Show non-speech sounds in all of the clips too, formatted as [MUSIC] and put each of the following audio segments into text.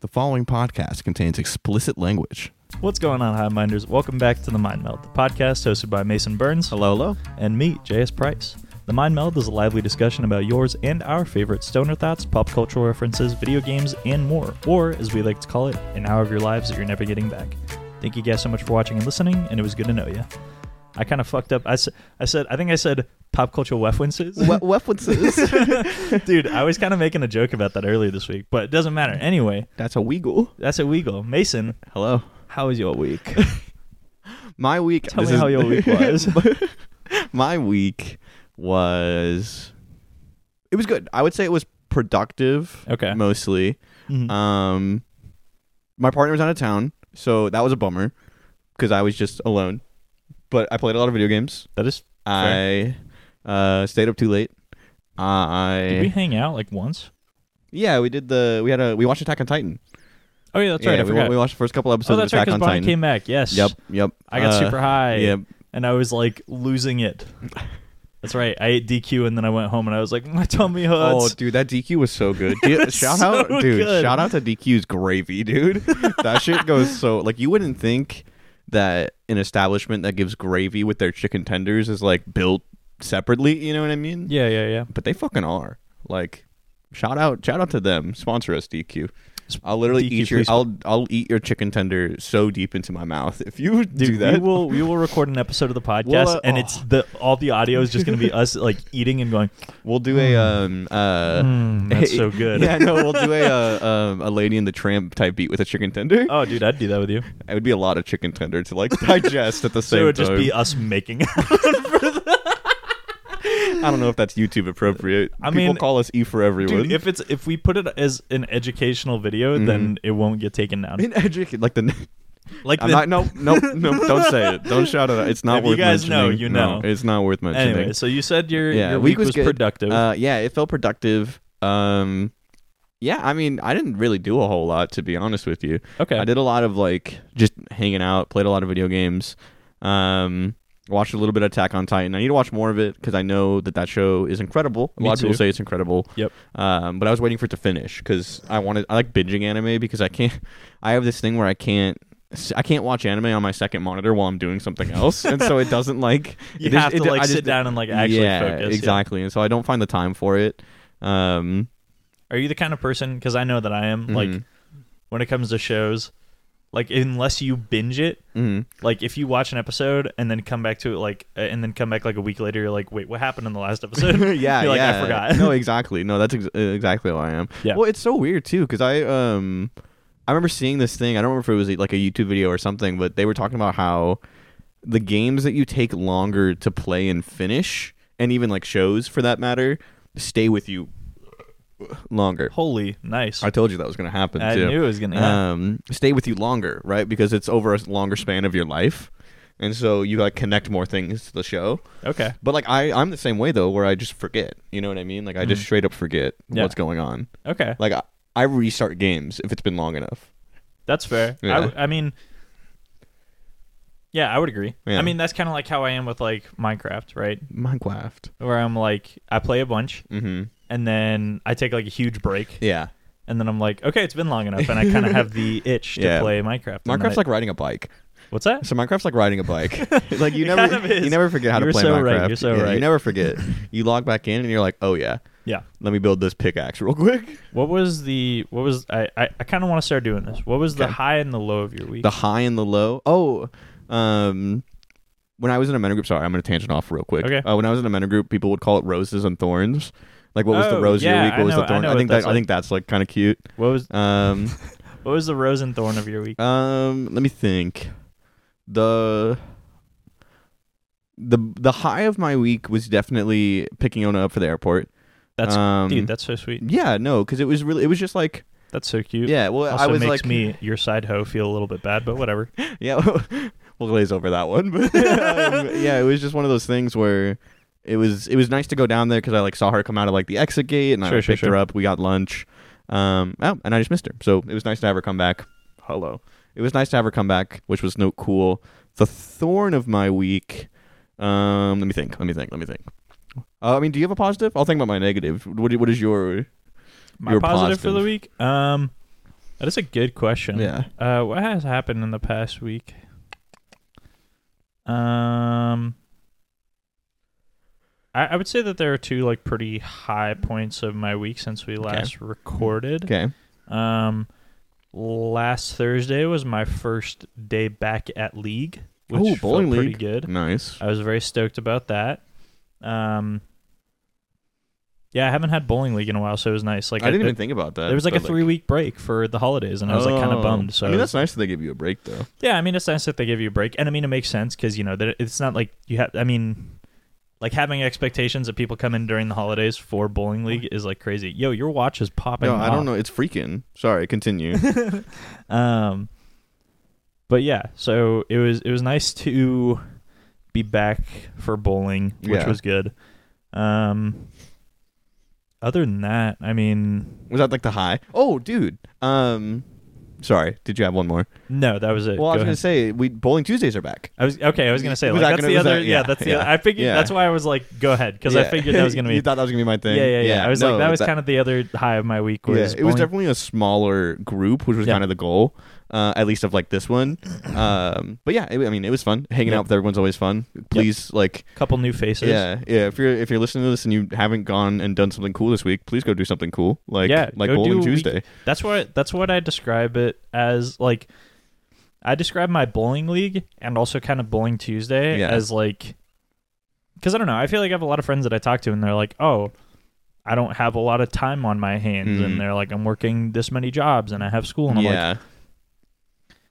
The following podcast contains explicit language. What's going on, High Minders? Welcome back to the Mind Meld, the podcast hosted by Mason Burns. Hello, hello. And me, J.S. Price. The Mind Meld is a lively discussion about yours and our favorite stoner thoughts, pop cultural references, video games, and more. Or, as we like to call it, an hour of your lives that you're never getting back. Thank you guys so much for watching and listening, and it was good to know you. I kind of fucked up. I, s- I said, I think I said pop cultural references. Weapons. [LAUGHS] Dude, I was kind of making a joke about that earlier this week, but it doesn't matter. Anyway, [LAUGHS] That's a Weagle. that's illegal. Mason, Hello. how was your week? My week. Tell me how your week was. [LAUGHS] my week was. It was good. I would say it was productive. Okay. Mostly. Mhm. Um, my partner was out of town, so that was a bummer because I was just alone. But I played a lot of video games. that is I uh, stayed up too late. I Did we hang out like once? yeah we did the we had a we watched Attack on Titan. Oh yeah, that's right. yeah, I we, forgot. we watched the first couple oh, episodes that's of right. Attack Because on Bonnie Titan. came back. Yes. Yep, yep. I got Uh, super high. Yep. And I was like losing it. That's right. I ate DQ and then I went home and I was like, [LAUGHS] my tummy Oh, hurts. dude, that DQ was so good. [LAUGHS] Dude, shout so out, dude. good. Shout out to DQ's gravy, [LAUGHS] dude. that shit goes so like you wouldn't think that an establishment that gives gravy with their chicken tenders is like built separately. You know what I mean? yeah, yeah, yeah. But they fucking are. Like, shout out, shout out to them. Sponsor us, DQ. I'll literally DQ, eat your. please. I'll I'll eat your chicken tender so deep into my mouth if you do Dude, that. we will we will record an episode of the podcast Well, uh, and oh. it's the all the audio is just gonna [LAUGHS] be us like eating and going, We'll do a um uh [LAUGHS] Mm, that's so good. yeah no we'll do [LAUGHS] a uh, um a lady in the tramp type beat with a chicken tender. Oh dude, I'd do that with you. It would be a lot of chicken tender to like digest at the So same it would just time. be [LAUGHS] us making I don't know if that's YouTube appropriate. uh, I People mean- call us E for everyone. Dude, if it's if we put it as an educational video, then it won't get taken down. in educate [LAUGHS] like the Like Mm-hmm. I'm the- not no no no don't say it don't shout it out it's not If you worth guys know, mentioning. you No, know. it's not worth mentioning. Anyway, so you said your, yeah, your week, week, was, good. productive. Uh, yeah, it felt productive. Um, yeah, I mean, I didn't really do a whole lot to be honest with you. okay. I did a lot of like just hanging out, played a lot of video games, um, watched a little bit of Attack on Titan. I need to watch more of it because I know that that show is incredible. A Me lot of people too. say it's incredible. Yep. Um, but I was waiting for it to finish because I wanted I like binging anime because I can't. [LAUGHS] I have this thing where I can't. I can't watch anime on my second monitor while I'm doing something [LAUGHS] else, and so it doesn't like You it just- have it- to like I just- sit down and like actually yeah, focus. yeah. exactly. And so I don't find the time for it. Um, Are you the kind of person? Because I know that I am. Like Mhm. when it comes to shows, like unless you binge it, mhm. like if you watch an episode and then come back to it, like uh, and then come back like a week later, you're like, wait, what happened in [LAUGHS] the last episode? yeah, You're like, yeah. I forgot. no, exactly. No, that's ex- uh, exactly how I am. Yeah. Well, it's so weird too because I um, I remember seeing this thing. I don't remember if it was like a YouTube video or something, but they were talking about how the games that you take longer to play and finish, and even like shows for that matter, stay with you longer. [LAUGHS] Holy nice. I told you that was going to happen. I too. knew it was gonna happen. um, stay with you longer, right? Because it's over a longer span of your life, and so you like connect more things to the show. okay. But like I, I'm the same way though, where I just forget. You know what I mean? Like I just straight up forget Mm-hmm. Yeah. what's going on. Okay. Like I, I restart games if it's been long enough. That's fair. I Yeah. w- I, mean, yeah, I would agree. Yeah. I mean, that's kind of like how I am with like Minecraft, right? Minecraft. Where I'm like, I play a bunch Mm-hmm. and then I take like a huge break Yeah. and then I'm like, okay, it's been long enough, and I kind of [LAUGHS] have the itch to Yeah. play Minecraft. And then Minecraft's I- like riding a bike. what's that? So Minecraft's like riding a [LAUGHS] bike. [LAUGHS] like you It never, kind of is. you never forget how You're to play so Minecraft. right, you're so Yeah, You right. never forget. you log back in and you're like, oh yeah, Yeah. let me build this pickaxe real quick. What was the what was I I, I kind of want to start doing this. What was the Okay. high and the low of your week? the high and the low. Oh, um, when I was in a mentor group, sorry, I'm gonna tangent off real quick. Okay. Uh, when I was in a mentor group, people would call it roses and thorns. Like, what was the Oh, rose yeah, your week? What I was know- the I thorn? know I, what think that that's I like. think that's like kind of cute. what was [LAUGHS] Um, what was the rose and thorn of your week? um, let me think. The the the high of my week was definitely picking Ona up for the airport. That's um, dude, that's so sweet. yeah, no, because it was really it was just like That's so cute. yeah. Well, Also I was makes like me your side hoe feel a little bit bad, [LAUGHS] but whatever. yeah [LAUGHS] we'll glaze over that one [LAUGHS] but um, yeah it was just one of those things where it was it was nice to go down there because i like saw her come out of like the exit gate and i Sure, like, sure, picked her sure. up we got lunch um oh, and i just missed her so it was nice to have her come back hello it was nice to have her come back which was no cool the thorn of my week um let me think let me think let me think uh, i mean do you have a positive i'll think about my negative what, what is your My You're positive for positive. the week. Um That is a good question. Yeah. Uh, what has happened in the past week? Um, I, I would say that there are two like pretty high points of my week since we last recorded. Okay. Um, last Thursday was my first day back at league, which Ooh, felt bowling pretty league. good. Nice. I was very stoked about that. Um, yeah, I haven't had bowling league in a while, so it was nice. Like I didn't it- even think about that. there was like a but, three week break for the holidays, and I was like kind of Oh. bummed. So I mean, that's nice that they give you a break though. yeah, I mean it's nice that they give you a break, and I mean it makes sense because you know that it's not like you have. I mean, like having expectations that people come in during the holidays for bowling league is like crazy. Yo, your watch is popping. No, I off. don't know. It's freaking. Sorry. Continue. [LAUGHS] [LAUGHS] Um, but yeah, so it was it was nice to be back for bowling, which Yeah. was good. Um, other than that, I mean, was that like the high? Oh, dude. Um, sorry. Did you have one more? no, that was it. Well, I was Go ahead. gonna say we bowling Tuesdays are back. I was okay. I was gonna say Was that like that's gonna- the was other that- yeah, yeah, that's the yeah, other, I figured yeah. that's why I was like go ahead because I Yeah. figured that was gonna [LAUGHS] be you thought that was gonna be my thing. yeah, yeah yeah I was no, like that was that- kind of the other high of my week was Yeah, it was bowling. definitely a smaller group, which was Yeah. kind of the goal, uh, at least of like this one. Um, but yeah, it, I mean, it was fun. Hanging Yep. out with everyone's always fun. Please, like, a couple new faces yeah, yeah. If you're if you're listening to this and you haven't gone and done something cool this week, please go do something cool, like Yeah, like go do Bowling a week- Tuesday. That's what that's what I describe it as like I describe my bowling league and also kind of bowling Tuesday Yeah. as like cuz I don't know, I feel like I have a lot of friends that I talk to and they're like, "Oh, I don't have a lot of time on my hands." Mhm. And they're like, "I'm working this many jobs and I have school." And I'm like yeah,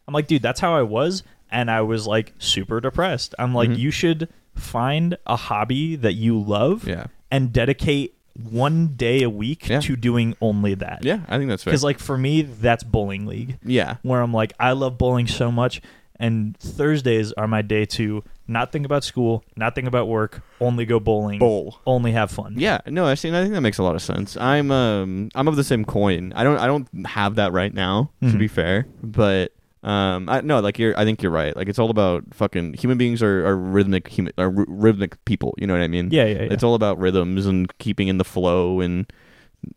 I'm like, "Dude, that's how I was." And I was like super depressed. I'm like, Mhm. "You should find a hobby that you love yeah, and dedicate one day a week Yeah. to doing only that." yeah. I think that's fair. Cuz like for me, that's bowling league Yeah, where I'm like, I love bowling so much, and Thursdays are my day to not think about school, not think about work, only go bowling, bowl. only have fun. Yeah, no, I see. and I think that makes a lot of sense. I'm um I'm of the same coin. I don't I don't have that right now Mhm. to be fair, but um I no like you're I think you're right. Like it's all about fucking human beings are, are rhythmic human are rhy- rhythmic people. You know what I mean? yeah, yeah. yeah. It's all about rhythms and keeping in the flow and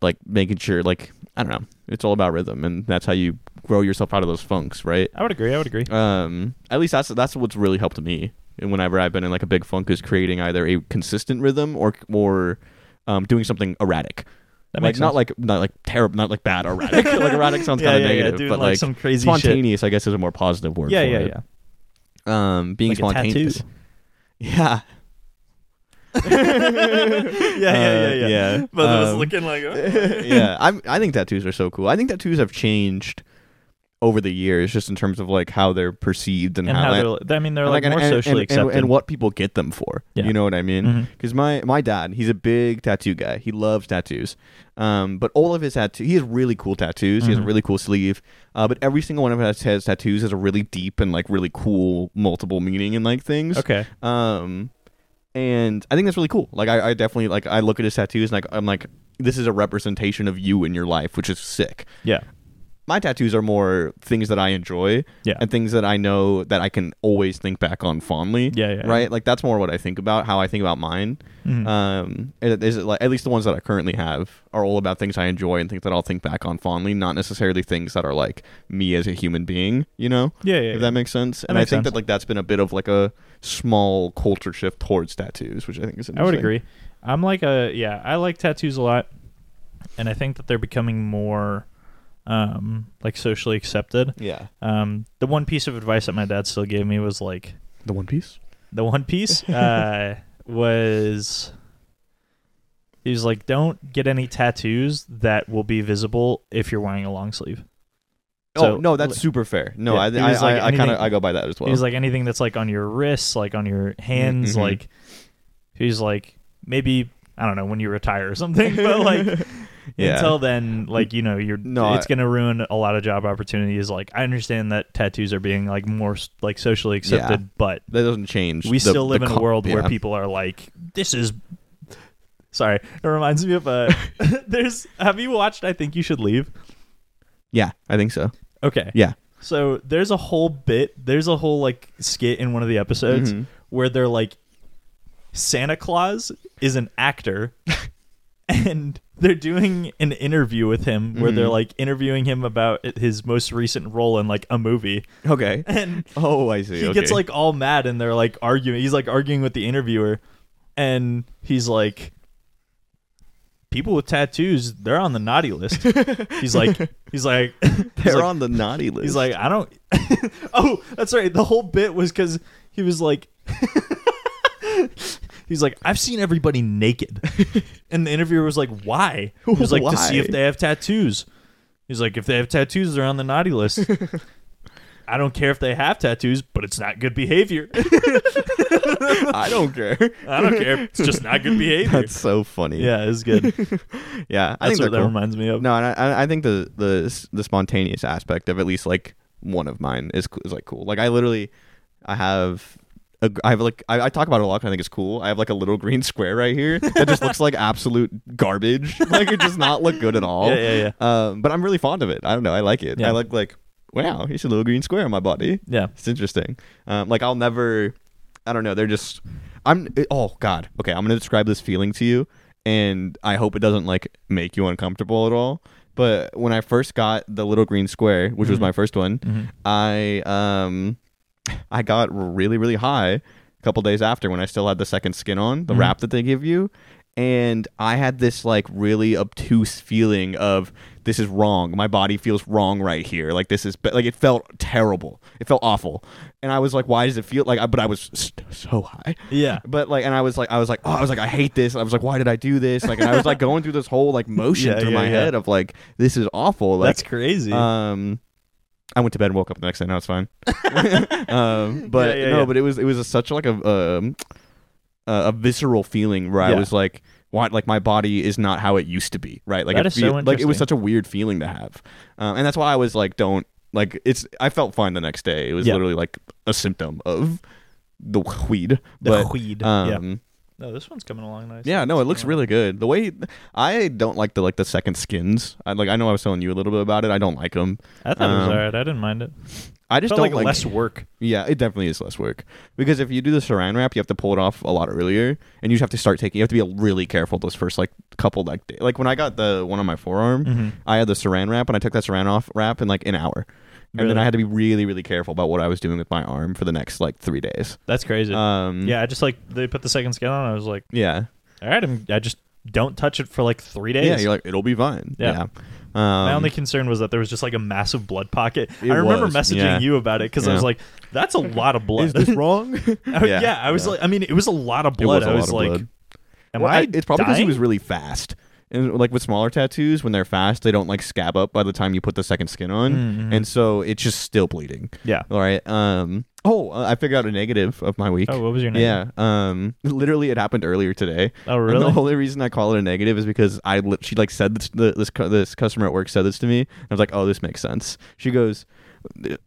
like making sure like I don't know. It's all about rhythm and that's how you grow yourself out of those funks, right? I would agree. I would agree. Um, at least that's that's what's really helped me. And whenever I've been in like a big funk, is creating either a consistent rhythm or or um, doing something erratic. That like makes not sense. like not like terrible, not like bad [LAUGHS] erratic. like erratic sounds yeah, kind of yeah, negative, yeah, doing, but like, like, some crazy shit. spontaneous, I guess, is a more positive word. Yeah, for yeah, it. yeah. yeah. Um, being Like a spontaneous. tattoo. [LAUGHS] Yeah. [LAUGHS] yeah, yeah, yeah, Uh, yeah. yeah, Both of us um, looking like, oh. yeah, I'm, I think tattoos are so cool. I think tattoos have changed over the years, just in terms of like how they're perceived and, and how like- they're, li- I mean, they're And, like, and- more and- socially and, and, accepted. and what people get them for. Yeah. You know what I mean? Mhm. Because my my dad, he's a big tattoo guy. He loves tattoos. Um, but all of his tattoos, he has really cool tattoos. He has a Mhm. really cool sleeve. Uh, but every single one of his, his tattoos has a really deep and like really cool multiple meaning and like things. Okay. Um, and I think that's really cool. Like I, I definitely like I look at his tattoos and like I'm like this is a representation of you in your life, which is sick. [LAUGHS] Yeah. My tattoos are more things that I enjoy Yeah. and things that I know that I can always think back on fondly. Yeah, yeah, yeah. Right? Like that's more what I think about, how I think about mine. Mhm. Um is it- is it like at least the ones that I currently have are all about things I enjoy and things that I'll think back on fondly, not necessarily things that are like me as a human being, you know? yeah, yeah, If yeah. that makes sense. and makes I think sense. that like that's been a bit of like a small culture shift towards tattoos, which I think is interesting. I would agree. I'm like a yeah, I like tattoos a lot, and I think that they're becoming more um like socially accepted. Yeah. Um the one piece of advice that my dad still gave me was like The one piece? the one [LAUGHS] piece uh was he was like don't get any tattoos that will be visible if you're wearing a long sleeve. So- oh no, that's super fair. No, Yeah, I he was I, like, I, I kind of anything- I go by that as well. He's like anything that's like on your wrists, like on your hands, Mhm. like he's like maybe I don't know when you retire or something, [LAUGHS] but like Yeah. until then, like you know, you're No, it's gonna ruin a lot of job opportunities. Like I understand that tattoos are being like more like socially accepted, but that doesn't change. we the- still the live in a co- world where yeah. people are like, this is. [LAUGHS] Sorry, it reminds me [LAUGHS] of a. [LAUGHS] there's. Have you watched? I think you should leave. Yeah, I think so. Okay. Yeah. So there's a whole bit, there's a whole like skit in one of the episodes Mhm. where they're like, Santa Claus is an actor, and they're doing an interview with him where they're like interviewing him about his most recent role in like a movie [LAUGHS] Okay. and Oh, I see. he okay. gets like all mad and they're like arguing he's like arguing with the interviewer and he's like people with tattoos they're on the naughty list he's like he's like he's they're like, on the naughty list. he's like i don't [LAUGHS] oh that's right the whole bit was because he was like [LAUGHS] he's like i've seen [LAUGHS] everybody naked and the interviewer was like why he was like to see Why? if they have tattoos he's like if they have tattoos they're on the [LAUGHS] naughty list i don't care if they have tattoos but it's not good behavior [LAUGHS] I don't care. I don't care. It's just not good [LAUGHS] behavior. That's so funny. [LAUGHS] yeah, [LAUGHS] it's good. That's yeah. I think they're what that cool. reminds me of. No, and I- I, I think the the the spontaneous aspect of at least like one of mine is is like cool. Like I literally, I have. a gr- I have like I, I talk about it a lot. 'cause I think it's cool. I have like a little green [LAUGHS] square right here that just looks like absolute garbage. [LAUGHS] Like it does not look good at all. Yeah, yeah, Um, but I'm really fond of it. I don't know. I like it. Yeah. I like like wow, here's a little green square on my body. Yeah. It's interesting. Um, like I'll never, I don't know. They're just, I'm. it- oh God. Okay, I'm gonna describe this feeling to you, and I hope it doesn't like make you uncomfortable at all. But when I first got the little green square, which was my first one, I um, I got really really high a couple days after when I still had the second skin on, the Mm-hmm. wrap that they give you. And I had this like really obtuse feeling of this is wrong. My body feels wrong right here. Like this is like it felt terrible. It felt awful. And I was like, why does it feel like? I, but I was st- so high. Yeah. But like, and I was like, I was like, oh, I was like, I hate this. And I was like, why did I do this? Like, and I was like [LAUGHS] going through this whole like motion Yeah, through yeah, my yeah. head of like, this is awful. Like, That's crazy. um, I went to bed and woke up the next day. Now it's [LAUGHS] fine. um, but Yeah, yeah, no, yeah. but it was it was a, such like a um, a a visceral feeling where Yeah. I was like, why? Like my body is not how it used to be, right? Like That it is so like it was interesting. such a weird feeling to have, um, and that's why I was like, don't like it's. I felt fine the next day. It was Yeah. literally like a symptom of the weed, the but. weed. yeah. Um, No, this one's coming along nice. yeah, no, it looks really good. The way I don't like the like the second skins. I like I know I was telling you a little bit about it. I don't like them. I thought it was um, alright. I didn't mind it. I just Felt don't like, less work. Yeah, it definitely is less work because if you do the saran wrap, you have to pull it off a lot earlier, and you just have to start taking. You have to be really careful those first like couple like day. like when I got the one on my forearm, Mm-hmm. I had the saran wrap and I took that saran off wrap in like an hour, and then Really? I had to be really really careful about what I was doing with my arm for the next like three days. That's crazy. Um, yeah, I just like they put the second skin on. I was like, yeah, all right, I'm, I just don't touch it for like three days. yeah. You're like it'll be fine. Yeah. Yeah. Um, My only concern was that there was just like a massive blood pocket. It I remember was, messaging yeah. you about it because I Yeah. was like, that's a lot of blood. is [LAUGHS] this wrong? [LAUGHS] I- yeah, I was like, I mean, it was a lot of It blood. was a I lot was of like, blood. am Well, I? I- it's probably because he dying? was really fast. And like with smaller tattoos, when they're fast, they don't like scab up by the time you put the second skin on, Mm-hmm. and so it's just still bleeding. Yeah. All right. Um. Oh, uh, I figured out a negative of my week. Oh, what was your name? yeah. Um. [LAUGHS] Literally, it happened earlier today. Oh, And really? the only reason I call it a negative is because I li- she like said this the, this cu- this customer at work said this to me. And I was like, oh, this makes sense. She goes.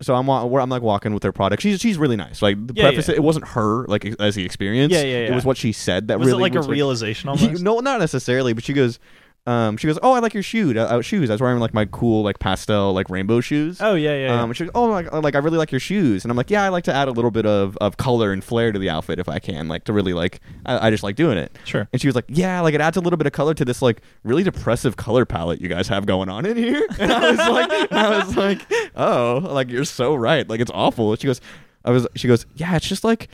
So I'm wa- where I'm like walking with her product. She's she's really nice. Like the Yeah, preface, yeah. it wasn't her like as the experience. Yeah, yeah, yeah. It was what she said that Was really it like a was, [LAUGHS] realization almost? no, not necessarily, but she goes, um, she goes, oh, I like your shoe, uh, uh, shoes. I was wearing like my cool like pastel like rainbow shoes. Oh yeah, yeah. yeah. Um, she goes, oh, like, like I really like your shoes, and I'm like, yeah, I like to add a little bit of, of color and flair to the outfit if I can, like to really like, I, I just like doing it. Sure. And she was like, yeah, like it adds a little bit of color to this like really depressive color palette you guys have going on in here. [LAUGHS] And I was like, and I was like, oh, like you're so right, like it's awful. And she goes, I was, she goes, yeah, it's just like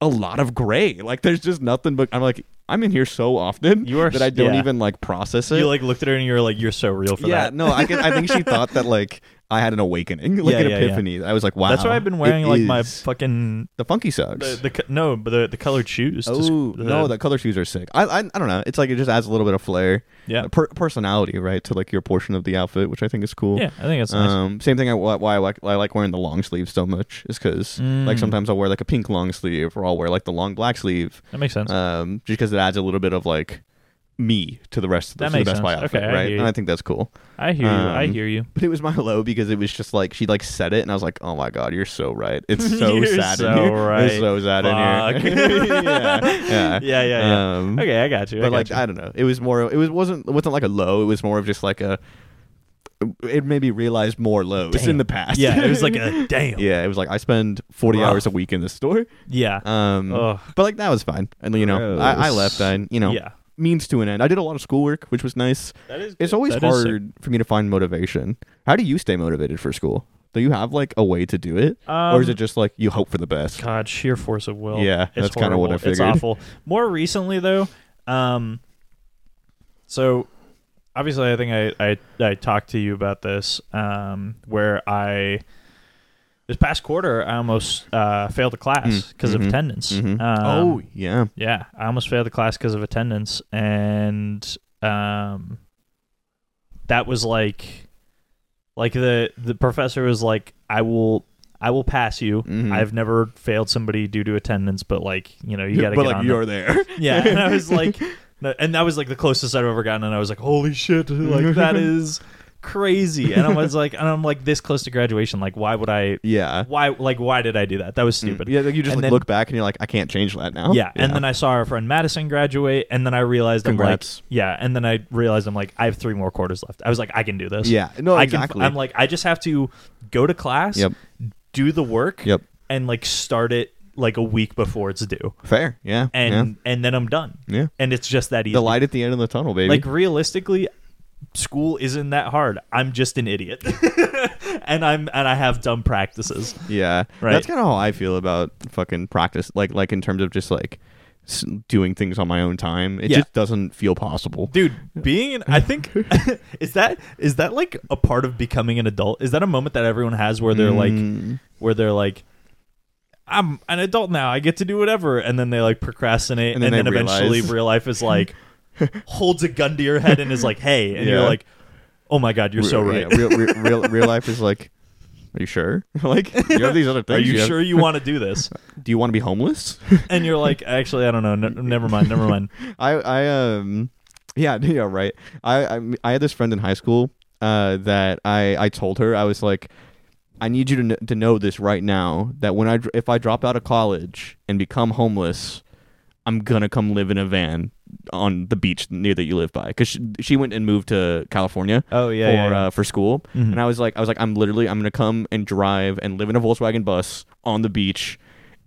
a lot of gray, like there's just nothing but I'm like, I'm in here so often You are that I s- don't yeah. even like process it you like looked at her and you were like, "You're so real for yeah, that." no, I, can, I think she thought that like I had an awakening, like Yeah, an yeah, yeah. epiphany. I was like, wow. That's why I've been it wearing like my is- fucking the funky socks. the, the co- no, but the the colored shoes. to s- oh the- no, the color shoes are sick. I, I I don't know. It's like it just adds a little bit of flair, Yeah. per- personality, right, to like your portion of the outfit, which I think is cool. yeah, I think that's nice. Um, same thing. I, why why I like, I like wearing the long sleeves so much is because Mm. like sometimes I'll wear like a pink long sleeve, or I'll wear like the long black sleeve, that makes sense. um, just because it adds a little bit of like me to the rest of the, That to the makes best of my sense. outfit, Okay, I right? hear and you. I think that's cool. I hear you. I um, hear you. But it was my [LAUGHS] low because it was just like she like said it, and I was like, "Oh my god, you're so right. [LAUGHS] It's so You're sad in so here. right. It's so sad in Fuck. [LAUGHS] here. [LAUGHS] yeah, yeah, Yeah, yeah, yeah. Um, okay, I got you. I But got like, you. I don't know. It was more. It was wasn't it wasn't like a low. It was more of just like a. It made me realize more lows Damn. in the past. yeah, it was like a [LAUGHS] damn. yeah. It was like I spend forty Rough. hours a week in the store. yeah, Um, Ugh. but like that was fine, and you know, I, I Gross. left. I you know, yeah. means to an end. I did a lot of schoolwork, which was nice. That is It's always That is sick. hard for me to find motivation. How do you stay motivated for school? Do you have like a way to do it, or is Um, it just like you hope for the best? God, sheer force of will. Yeah, It's that's kinda what I horrible. It's figured. awful. More recently, though, um, so obviously, I think I, I I talked to you about this, um, where I this past quarter I almost uh, failed a class Mm, because mhm, of attendance. Mhm. Um, oh yeah, yeah, I almost failed the class because of attendance, and um, that was like, like the the professor was like, "I will, I will pass you. Mhm. I've never failed somebody due to attendance, but like, you know, you Yeah, got [LAUGHS] to but get like on." you're there. the-" [LAUGHS] [LAUGHS] yeah, and I was like, no- and that was like the closest I've ever gotten, and I was like, "Holy shit! [LAUGHS] [LAUGHS] Like that is crazy!" And I was like, and I'm like this close to graduation. Like, why would I? yeah, Why like why did I do that? That was stupid. yeah. Like you just And like, then- look back and you're like, I can't change that now. Yeah, and then I saw our friend Madison graduate, and then I realized Congrats. I'm like, yeah, and then I realized I'm like, I have three more quarters left. I was like, I can do this. yeah, no, I exactly. Can, I'm like, I just have to go to class, Yep. do the work, Yep. and like start it like a week before it's due, fair. Yeah, and and then I'm done, yeah, yeah. and it's just that easy. The light at the end of the tunnel, baby. like realistically, school isn't that hard. I'm just an idiot, [LAUGHS] and I'm and I have dumb practices. Yeah, Right. That's kind of how I feel about fucking practice. Like, like in terms of just like s- doing things on my own time, it Yeah. just doesn't feel possible. dude being an, [LAUGHS] i think [LAUGHS] is that is that like a part of becoming an adult is that a moment that everyone has where they're like Mm, where they're like i'm an adult now i get to do whatever and then they like procrastinate And and then then, they eventually [LAUGHS] realize. real life is like holds a gun to your head and is like hey and Yeah. you're like oh my god you're so re- right yeah, real, re- real, real life is like, are you sure? [LAUGHS] [LAUGHS] like, you have these other things. [LAUGHS] are you have- sure you want to [LAUGHS] do this do you want to be [LAUGHS] homeless? and you're like actually i don't know N- never mind never [LAUGHS] mind I, I, um, yeah, [LAUGHS] yeah, right. I, I, I had this friend in high school uh, that I, I told her I was like, I need you to, kn- to know this right now that when I, dr- if I drop out of college and become homeless, I'm gonna come live in a van on the beach near that you live by. Cause she, she went and moved to California. oh yeah, for yeah, yeah. Uh, for school, Mhm. and I was like, I was like, I'm literally, I'm gonna come and drive and live in a Volkswagen bus on the beach,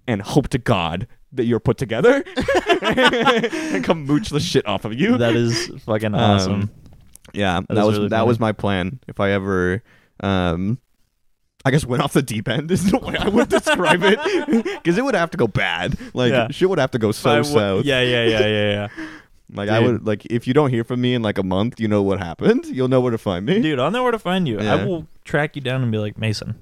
and hope to God that you're put together, [LAUGHS] and come mooch the shit off of you. that is fucking [LAUGHS] awesome Um, yeah, that, is was really that funny. was my plan. If I ever, um, I guess went off the deep end [LAUGHS] is the way I would describe it, [LAUGHS] because it would have to go bad. Like Yeah. shit would have to go But I so w- south. yeah yeah yeah yeah yeah Like I would like if you don't hear from me in like a month, you know what happened. You'll know where to find me. dude, I'll know where to find you. Yeah. I will track you down and be [LAUGHS] like, Mason,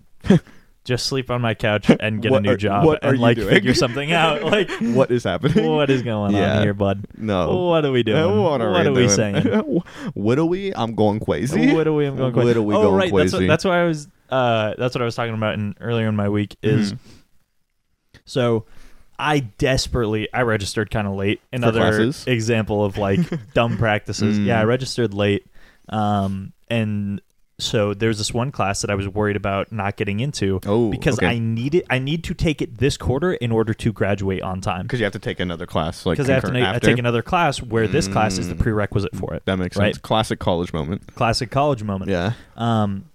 just sleep on my couch and get What a new are- job what are and you like doing?" figure something [LAUGHS] out. Like, What is happening? what is going Yeah. on here, bud? No. What are we doing? Uh, What are, we, doing? saying? [LAUGHS] what are we? I'm going crazy. [LAUGHS] What are we? I'm going What are we oh, going right. That's crazy? what, that's why I was. Uh, that's what I was talking about in earlier in my week is. So, I desperately I registered kind of late. Another classes? example of like dumb practices. Mm. Yeah, I registered late, um, and so there's this one class that I was worried about not getting into Oh, because okay. I need it. I need to take it this quarter in order to graduate on time. because you have to take another class. Like Because I have to concurrent na- after. take another class where this class is the Mm. prerequisite for it. That makes right? sense. Classic college moment. [LAUGHS] Classic college moment. [LAUGHS] Yeah. Um,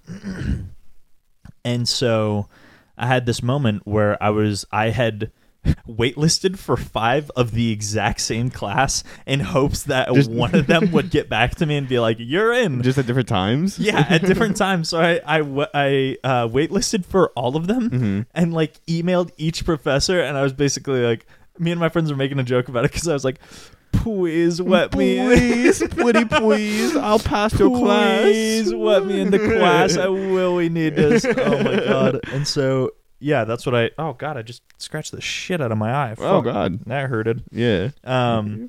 and so I had this moment where I was, I had [LAUGHS] waitlisted for five of the exact same class in hopes that Just- [LAUGHS] one of them would get back to me and be like, you're in. Just at different times. [LAUGHS] yeah, at different times. So I I, wa- I uh, waitlisted for all of them Mm-hmm. and like emailed each professor, and I was basically like, me and my friends were making a joke about it because I was like, please wet me. in." [LAUGHS] Please, pretty [LAUGHS] please. I'll pass your class. Please let me [LAUGHS] in the class. I will. We need this. Oh my god. And so yeah, that's what I. Oh god, I just scratched the shit out of my eye. Oh Fuck. God. that hurted. Yeah. Um,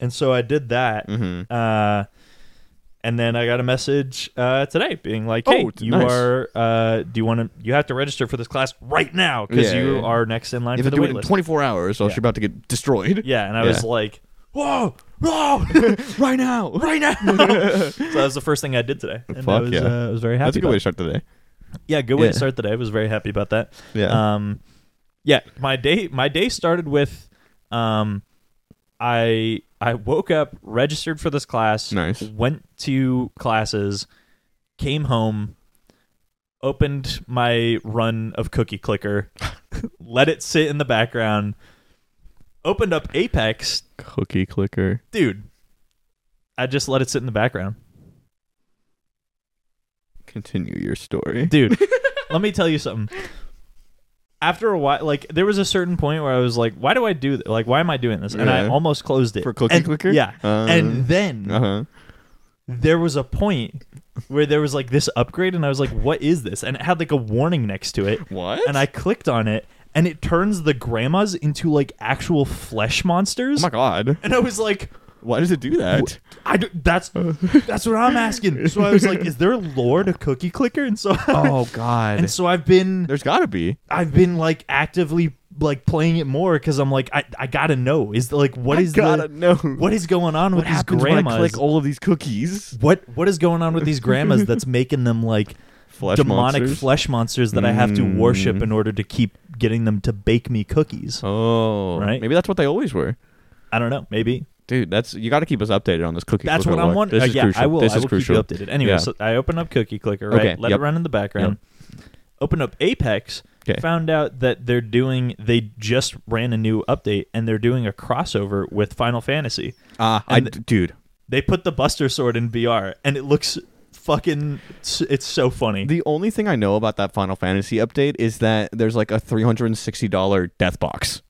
and so I did that. Mm-hmm. Uh, and then I got a message uh, today being like, Oh, "Hey, it's you nice. are. Uh, do you want to? You have to register for this class right now because Yeah, you yeah. are next in line You for have the to do it wait in list. 24 hours, or else Yeah. you're about to get destroyed. yeah, and I Yeah. was like, "Whoa, whoa!" [LAUGHS] [LAUGHS] Right now. [LAUGHS] right now. so that was the first thing I did today, and I Fuck was, yeah. uh, I was very happy. That's a good about way it. to start today. Yeah, good way Yeah. to start the day. I was very happy about that. Yeah. Um, yeah, my day my day started with, um, I I woke up, registered for this class, Nice. went to classes, came home, opened [LAUGHS] my run of Cookie Clicker, let it sit in the background, opened up Apex, Cookie clicker. dude. I just let it sit in the background, Continue your story. dude. let me tell you something. After a while, like there was a certain point where I was like, "Why do I do th- like Why am I doing this?" And I Yeah. almost closed it For cookie And- clicker? Yeah, Um, and then Uh huh. there was a point where there was like this upgrade, and I was like, "What is this?" And it had like a warning next to it, What? and I clicked on it, and it turns the grandmas into like actual flesh Oh monsters. my god. and I was like, Why does it do that? I do, [LAUGHS] that's that's what I'm asking. So I was like, is there lore to Cookie Clicker? And so Oh, [LAUGHS] god. [LAUGHS] and so I've been There's gotta be. I've been like actively like playing it more because I'm like I, I gotta know is like what is the, know what is going on with these grandmas? all of these cookies. what what is going on with [LAUGHS] these grandmas that's making them like Flesh demonic monsters? flesh monsters that I have to worship Mm. in order to keep getting them to bake me cookies? Oh, Right? Maybe that's what they always were, I don't know, maybe dude. That's you got to keep us updated on this cookie. That's clicker what I'm walk. wondering. This is yeah, crucial. I will. This I is will crucial. keep you updated. Anyway, Yeah. so I open up Cookie Clicker, right? Okay, Let yep. it run in the background. Open up Apex. 'Kay. Found out that they're doing. They just ran a new update, and they're doing a crossover with Final Fantasy. Ah, I, And- dude, They put the Buster Sword in VR, and it looks fucking. s- It's so funny. the only thing I know about that Final Fantasy update is that there's like a three hundred and sixty dollar death box.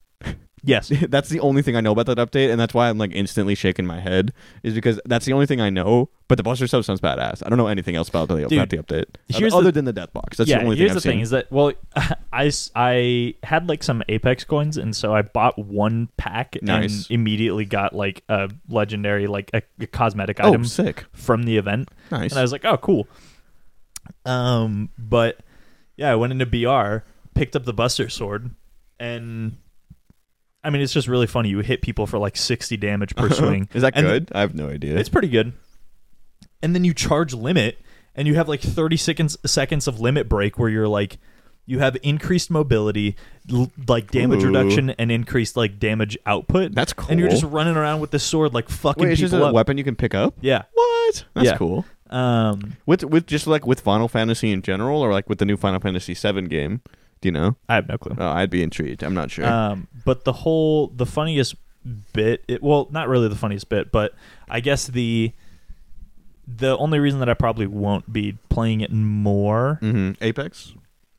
yes. [LAUGHS] that's the only thing I know about that update, and that's why I'm like instantly shaking my head. Is because that's the only thing I know. But the Buster Sub sounds badass. I don't know anything else about the, about the Dude, update here's other the- than the death box. That's yeah. the only here's thing I've the seen. thing: is that well, [LAUGHS] I, s- I had like some Apex coins, and so I bought one pack Nice. and immediately got like a legendary, like a, a cosmetic oh, item sick, from the event. nice. And I was like, oh, cool. Um, but yeah, I went into BR, picked up the Buster Sword, and I mean, it's just really funny. You hit people for like 60 damage [LAUGHS] per swing. is that And good? I have no idea. It's pretty good. And then you charge limit, and you have like 30 seconds, seconds of limit break where you're like, you have increased mobility, l- like damage Ooh. reduction, and increased like damage output. That's And you're cool. just running around with this sword, like fucking Wait, it's people just a up. weapon you can pick up. Yeah. What? That's Yeah. cool. Um, With with just like with Final Fantasy in general, or like with the new Final Fantasy VII game. Do you know? I have no clue. Oh, I'd be intrigued. I'm not sure. Um, but the whole the funniest bit, it, well, not really the funniest bit, but I guess the the only reason that I probably won't be playing it more hmm Apex.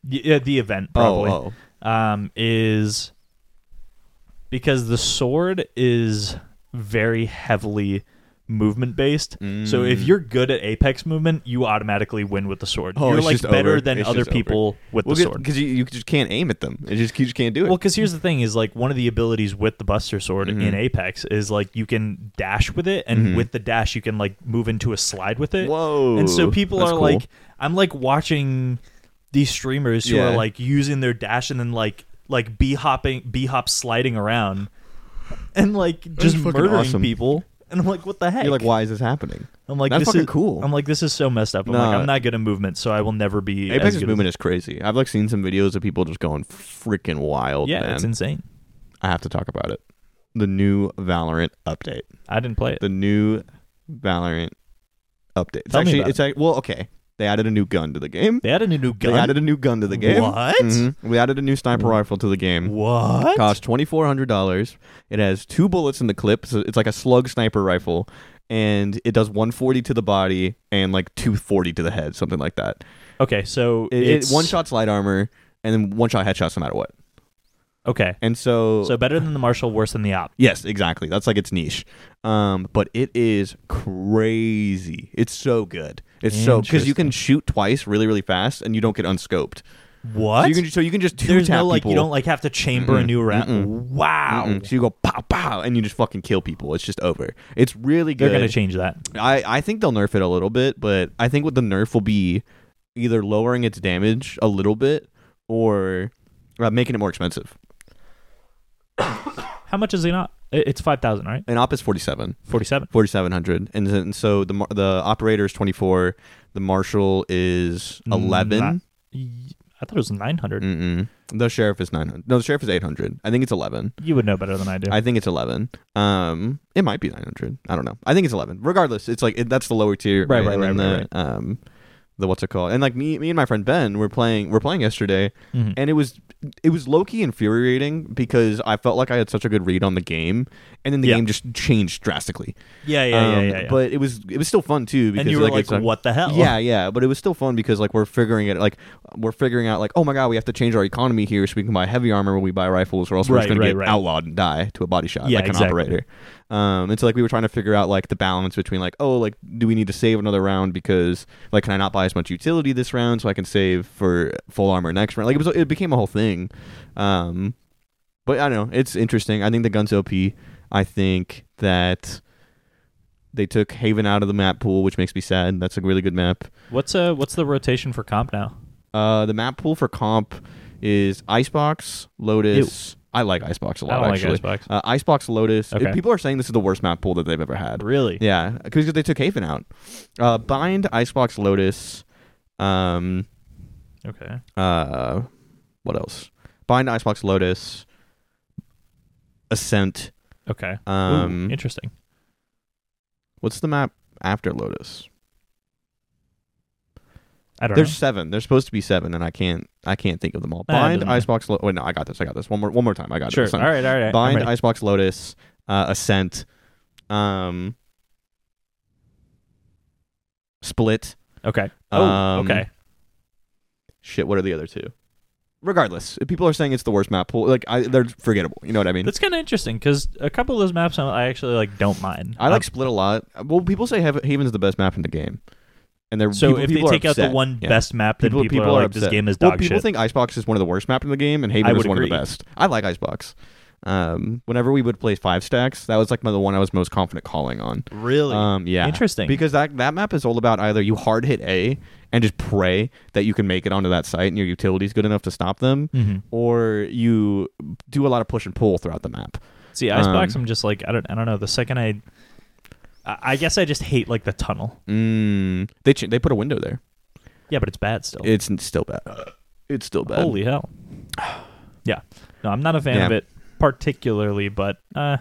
y- yeah, the event probably Oh, Um, is because the sword is very heavily movement based. So if Mm. you're good at apex movement, you automatically win with the sword. Oh, you're it's like just better over. than It's other just over. people with the sword. because you, you just can't aim at them. It just you just can't do it. Well, because here's the thing: is like one of the abilities with the Buster Sword Mhm. in Apex is like you can dash with it, and Mhm. with the dash you can like move into a slide with it. Whoa! And so people That's are cool. like, I'm like watching these streamers who are Yeah. like using their dash and then like like b hopping, b hop sliding around, and like just fucking murdering awesome. people. And I'm like, what the heck? you're like, why is this happening? I'm like, That's this fucking is cool. I'm like, this is so messed up. I'm like, Nah. I'm not good at movement, so I will never be. as Apex's good as- movement is crazy. I've like seen some videos of people just going freaking wild. Yeah, man. it's insane. I have to talk about it. The new Valorant update. I didn't play it. The new Valorant update. It's Tell me actually about it's like well, okay. They added a new gun to the game. They added a new gun. They added a new gun to the game. What? Mhm. We added a new sniper rifle to the game. What? Cost twenty four hundred dollars. It has two bullets in the clip, so it's like a slug sniper rifle, and it does one forty to the body and like two forty to the head, something like that. Okay, so It, it it's one shots light armor, and then one shot headshots no matter what. Okay, And so, so better than the Marshall, worse than the op. yes, exactly. That's like its niche. Um, but it is crazy. It's so good. It's so because you can shoot twice really really fast, and you don't get unscoped. What? So you can so you can just two There's tap no like people. you don't like have to chamber a new round. Wow, Mm-mm. So you go pow pow, and you just fucking kill people. It's just over. It's really good. they're gonna change that. I I think they'll nerf it a little bit, but I think what the nerf will be either lowering its damage a little bit or uh, making it more expensive. How much is the op? It- It's five thousand, right? An op is forty seven. Forty-seven. 4700 and then so the mar- the operator is 24 the marshal is 11 Ye- I thought it was nine hundred. Mm-mm. the sheriff is 900 no the sheriff is 800 i think it's 11 You would know better than I do. I think it's 11. Um, it might be 900. I don't know. I think it's 11. Regardless, it's like it, that's the lower tier. Right, right, And right, then right, the, Um, the what's it called? And like me, me and my friend Ben were playing, we're playing yesterday, Mhm. and it was it was low key infuriating because I felt like I had such a good read on the game, and then the Yeah. game just changed drastically. Yeah, yeah, yeah, Um, yeah, yeah. But it was it was still fun too because and you were like, like, it's a- what the hell? yeah, yeah, but it was still fun because like we're figuring it like we're figuring out like oh my god we have to change our economy here so we can buy heavy armor when we buy rifles or else we're just Right, going right, to get right. outlawed and die to a body shot Yeah, like an exactly. operator. Um, and so like we were trying to figure out like the balance between like oh like do we need to save another round because like can I not buy as much utility this round so I can save for full armor next round like it was it became a whole thing. Um, but I don't know. It's interesting. I think the guns OP. I think that they took Haven out of the map pool, which makes me sad. That's a really good map. What's uh what's the rotation for comp now? Uh, the map pool for comp is Icebox, Lotus. I like Icebox a Oh, I lot. don't like actually. Icebox. Uh, Icebox, Lotus. Okay. people are saying this is the worst map pool that they've ever had. Really? Yeah, because they took Haven out. Uh, Bind, Icebox, Lotus. Um, Okay. uh, what else? Bind, Icebox, Lotus. Ascent. Okay. Ooh, Um, interesting. what's the map after Lotus? I don't There's seven. There's supposed to be seven, and I can't. I can't think of them all. Ah, it Bind, doesn't matter. Icebox. Lo- Wait, no, I got this. I got this. One more. One more time. I know. got Sure. this. All right. All right. I'm Bind, ready. Icebox Lotus, uh, Ascent, um, Split. okay. Oh. um, okay. Shit, what are the other two? Regardless, if people are saying it's the worst map pool. Like, I, they're forgettable. You know what I mean? That's kind of interesting because a couple of those maps um, I I actually like don't mind. I like Um, Split a lot. Well, people say Hav- Haven's the best map in the game, and they're Um, so people, if people are they take out the upset. one Yeah. best map, then People- people, people are are like, this upset. game is Well, dog people shit. think Icebox is one of the worst maps in the game, and Haven I is would one of the agree. best. I like Icebox. Um, whenever we would play five stacks, that was like my, the one I was most confident calling on. really Um, yeah, Interesting. Because that that map is all about either you hard hit A and just pray that you can make it onto that site and your utility's good enough to stop them, Mhm. or you do a lot of push and pull throughout the map. See, Um, Icebox, I'm just like I don't I don't know. The second I, I I guess I just hate like the tunnel. Mm, they ch- they put a window there. Yeah, but it's bad still. It's n- still bad. It's still bad. Holy hell. [SIGHS] Yeah. No, I'm not a fan of Yeah. it particularly, but uh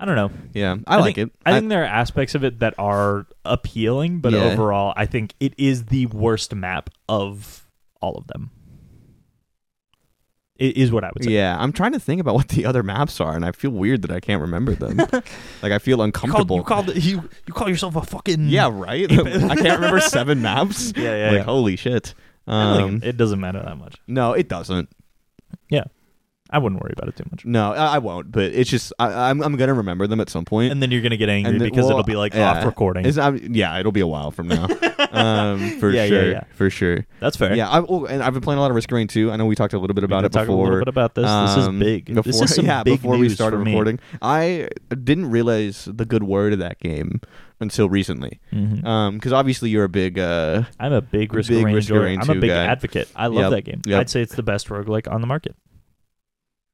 I don't know. yeah, I, like think, it. I, think there are aspects of it that are appealing, but Yeah. overall, I think it is the worst map of all of them. It is what I would say. yeah, I'm trying to think about what the other maps are, and I feel weird that I can't remember [LAUGHS] them. like I feel You called, uncomfortable. you called it- you you call yourself a [LAUGHS] fucking yeah, [LAUGHS] right. I can't remember seven maps. yeah yeah. like yeah. holy shit. I don't Um, think it doesn't matter that much. no, it doesn't. I wouldn't worry about it too much. No, I, I won't. But it's just I, I'm I'm gonna remember them at some point. And then you're gonna get angry And then- because well, it'll be like yeah. off recording. It's- I'm- yeah, it'll be a while from [LAUGHS] now, um, for Yeah, yeah, sure, yeah. for sure. That's fair. Yeah, I, oh, and I've been playing a lot of Risk of Rain too. I know we talked a little bit about we it can talk before. a little bit about this. this um, is big. Before, [LAUGHS] this is some yeah, big before we news started for me. recording, I didn't realize the good word of that game until recently. Mhm. Because obviously you're a big uh, I'm a big risk big big Risk of Rain I'm a 2 big guy. advocate. I Yep, love that game. yep. I'd say it's the best roguelike on the market.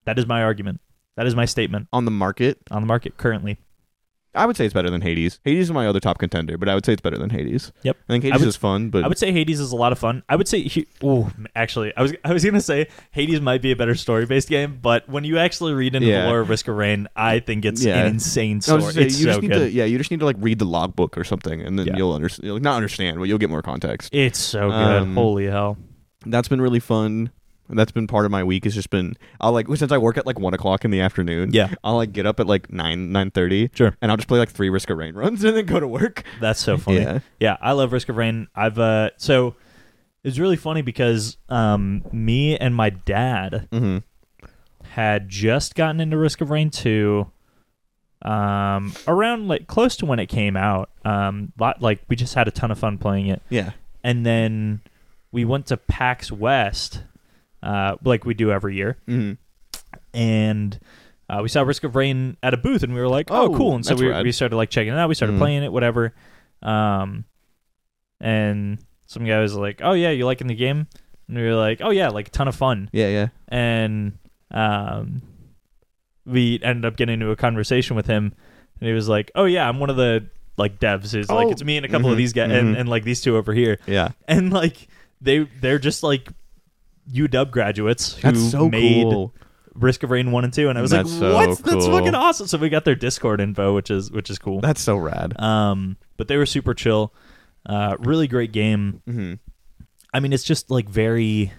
That is my argument. That is my statement on the market. on the market currently. I would say it's better than Hades. Hades is my other top contender, but I would say it's better than Hades. Yep. I think I Hades would- is fun, but I would say Hades is a lot of fun. I would say, he- ooh, actually, I was I was gonna say Hades might be a better story based game, but when you actually read into Yeah. the lore of Risk of Rain, I think it's Yeah. an insane I story. was just saying, it's you so just need good. to yeah, you just need to like read the logbook or something, and then Yeah. you'll understand. You'll not understand, but you'll get more context. It's so good. Um, Holy hell! That's been really fun. That's been part of my week. It's just been I'll like since I work at like one o'clock in the afternoon. Yeah. I'll like get up at like nine nine thirty. Sure. and I'll just play like three Risk of Rain runs [LAUGHS] and then go to work. That's so funny. Yeah. Yeah. I love Risk of Rain. I've uh so it's really funny because um me and my dad Mm-hmm. had just gotten into Risk of Rain 2 um around like close to when it came out. Um lot like we just had a ton of fun playing it. Yeah, And then we went to PAX West uh like we do every year mm-hmm. and uh, we saw Risk of Rain at a booth, and we were like, "Oh, Oh, cool!" And so that's we, rad. we started like checking it out. We started Mhm. playing it, whatever. Um, and some guy was like, "Oh yeah, you liking the game?" And we were like, "Oh yeah, like a ton of fun." yeah, yeah. And um, we ended up getting into a conversation with him, and he was like, "Oh yeah, I'm one of the like devs." He's like, Oh. "It's me and a couple Mhm, of these guys, mhm. and, and like these two over here." [LAUGHS] Yeah, And like they they're just like UW graduates who that's so made cool. Risk of Rain one and two, and I was That's like, so "What? That's cool. fucking awesome!" So we got their Discord info, which is which is cool. That's so rad. Um, but they were super chill. Uh, really great game. hmm I mean, it's just like very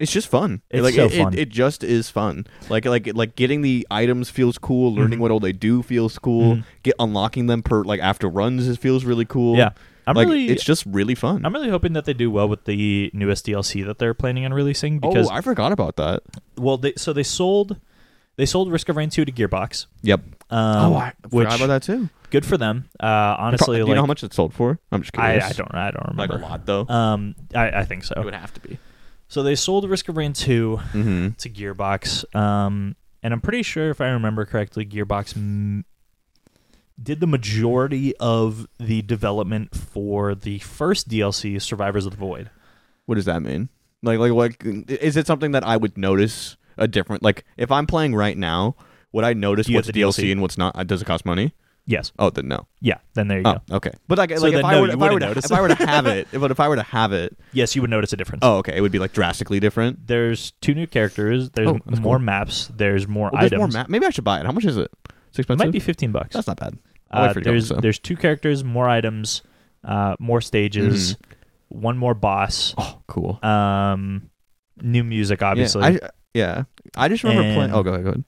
It's just fun. It's like, so it, it- fun. It, just is fun. Like like like getting the items feels cool. Learning Mm-hmm. what all they do feels cool. Get unlocking them per like after runs it feels really cool. yeah. I'm like really it's just really fun. I'm really hoping that they do well with the newest DLC that they're planning on releasing because oh, I forgot about that. well, they so they sold they sold Risk of Rain two to Gearbox. Yep. Um, which, Oh, forgot about that too. Good for them. Uh, honestly, do like you know how much it sold for? I'm just I, curious. I don't I don't like remember a lot though. Um, I, I think so. it would have to be. So they sold Risk of Rain 2 Mm-hmm. to Gearbox. Um, and I'm pretty sure, if I remember correctly, Gearbox m- did the majority of the development for the first DLC, Survivors of the Void. What does that mean? Like, like, like, is it something that I would notice a different? Like, if I'm playing right now, would I notice Do you have what's the DLC, DLC? and what's not? Uh, Does it cost money? Yes. Oh, then no. Yeah. Then there you go. Oh, okay. But like, So like if, then, I no, were, you if I wouldn't were to, notice if I were to have it, but if I were to have it, Yes, you would notice a difference. [LAUGHS] oh, okay, it would be like drastically different. There's two new characters. There's Oh, that's more cool. maps. There's more Well, there's items. more map. Maybe I should buy it. How much is it? It's It expensive. might be 15 bucks. That's not bad. I like Uh, free to go, there's so. there's two characters, more items, uh, more stages, Mm-hmm. one more boss, Oh, cool. um, new music. Obviously, yeah, I, yeah. I just remember And- playing. Oh, go ahead, go ahead.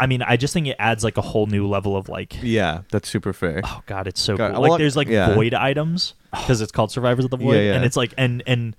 I mean, I just think it adds like a whole new level of like, Yeah, that's super fair. oh god, it's so God, cool. well, Like there's like yeah. Oh. void items because it's called Survivors of the Void, Yeah, yeah. and it's like and and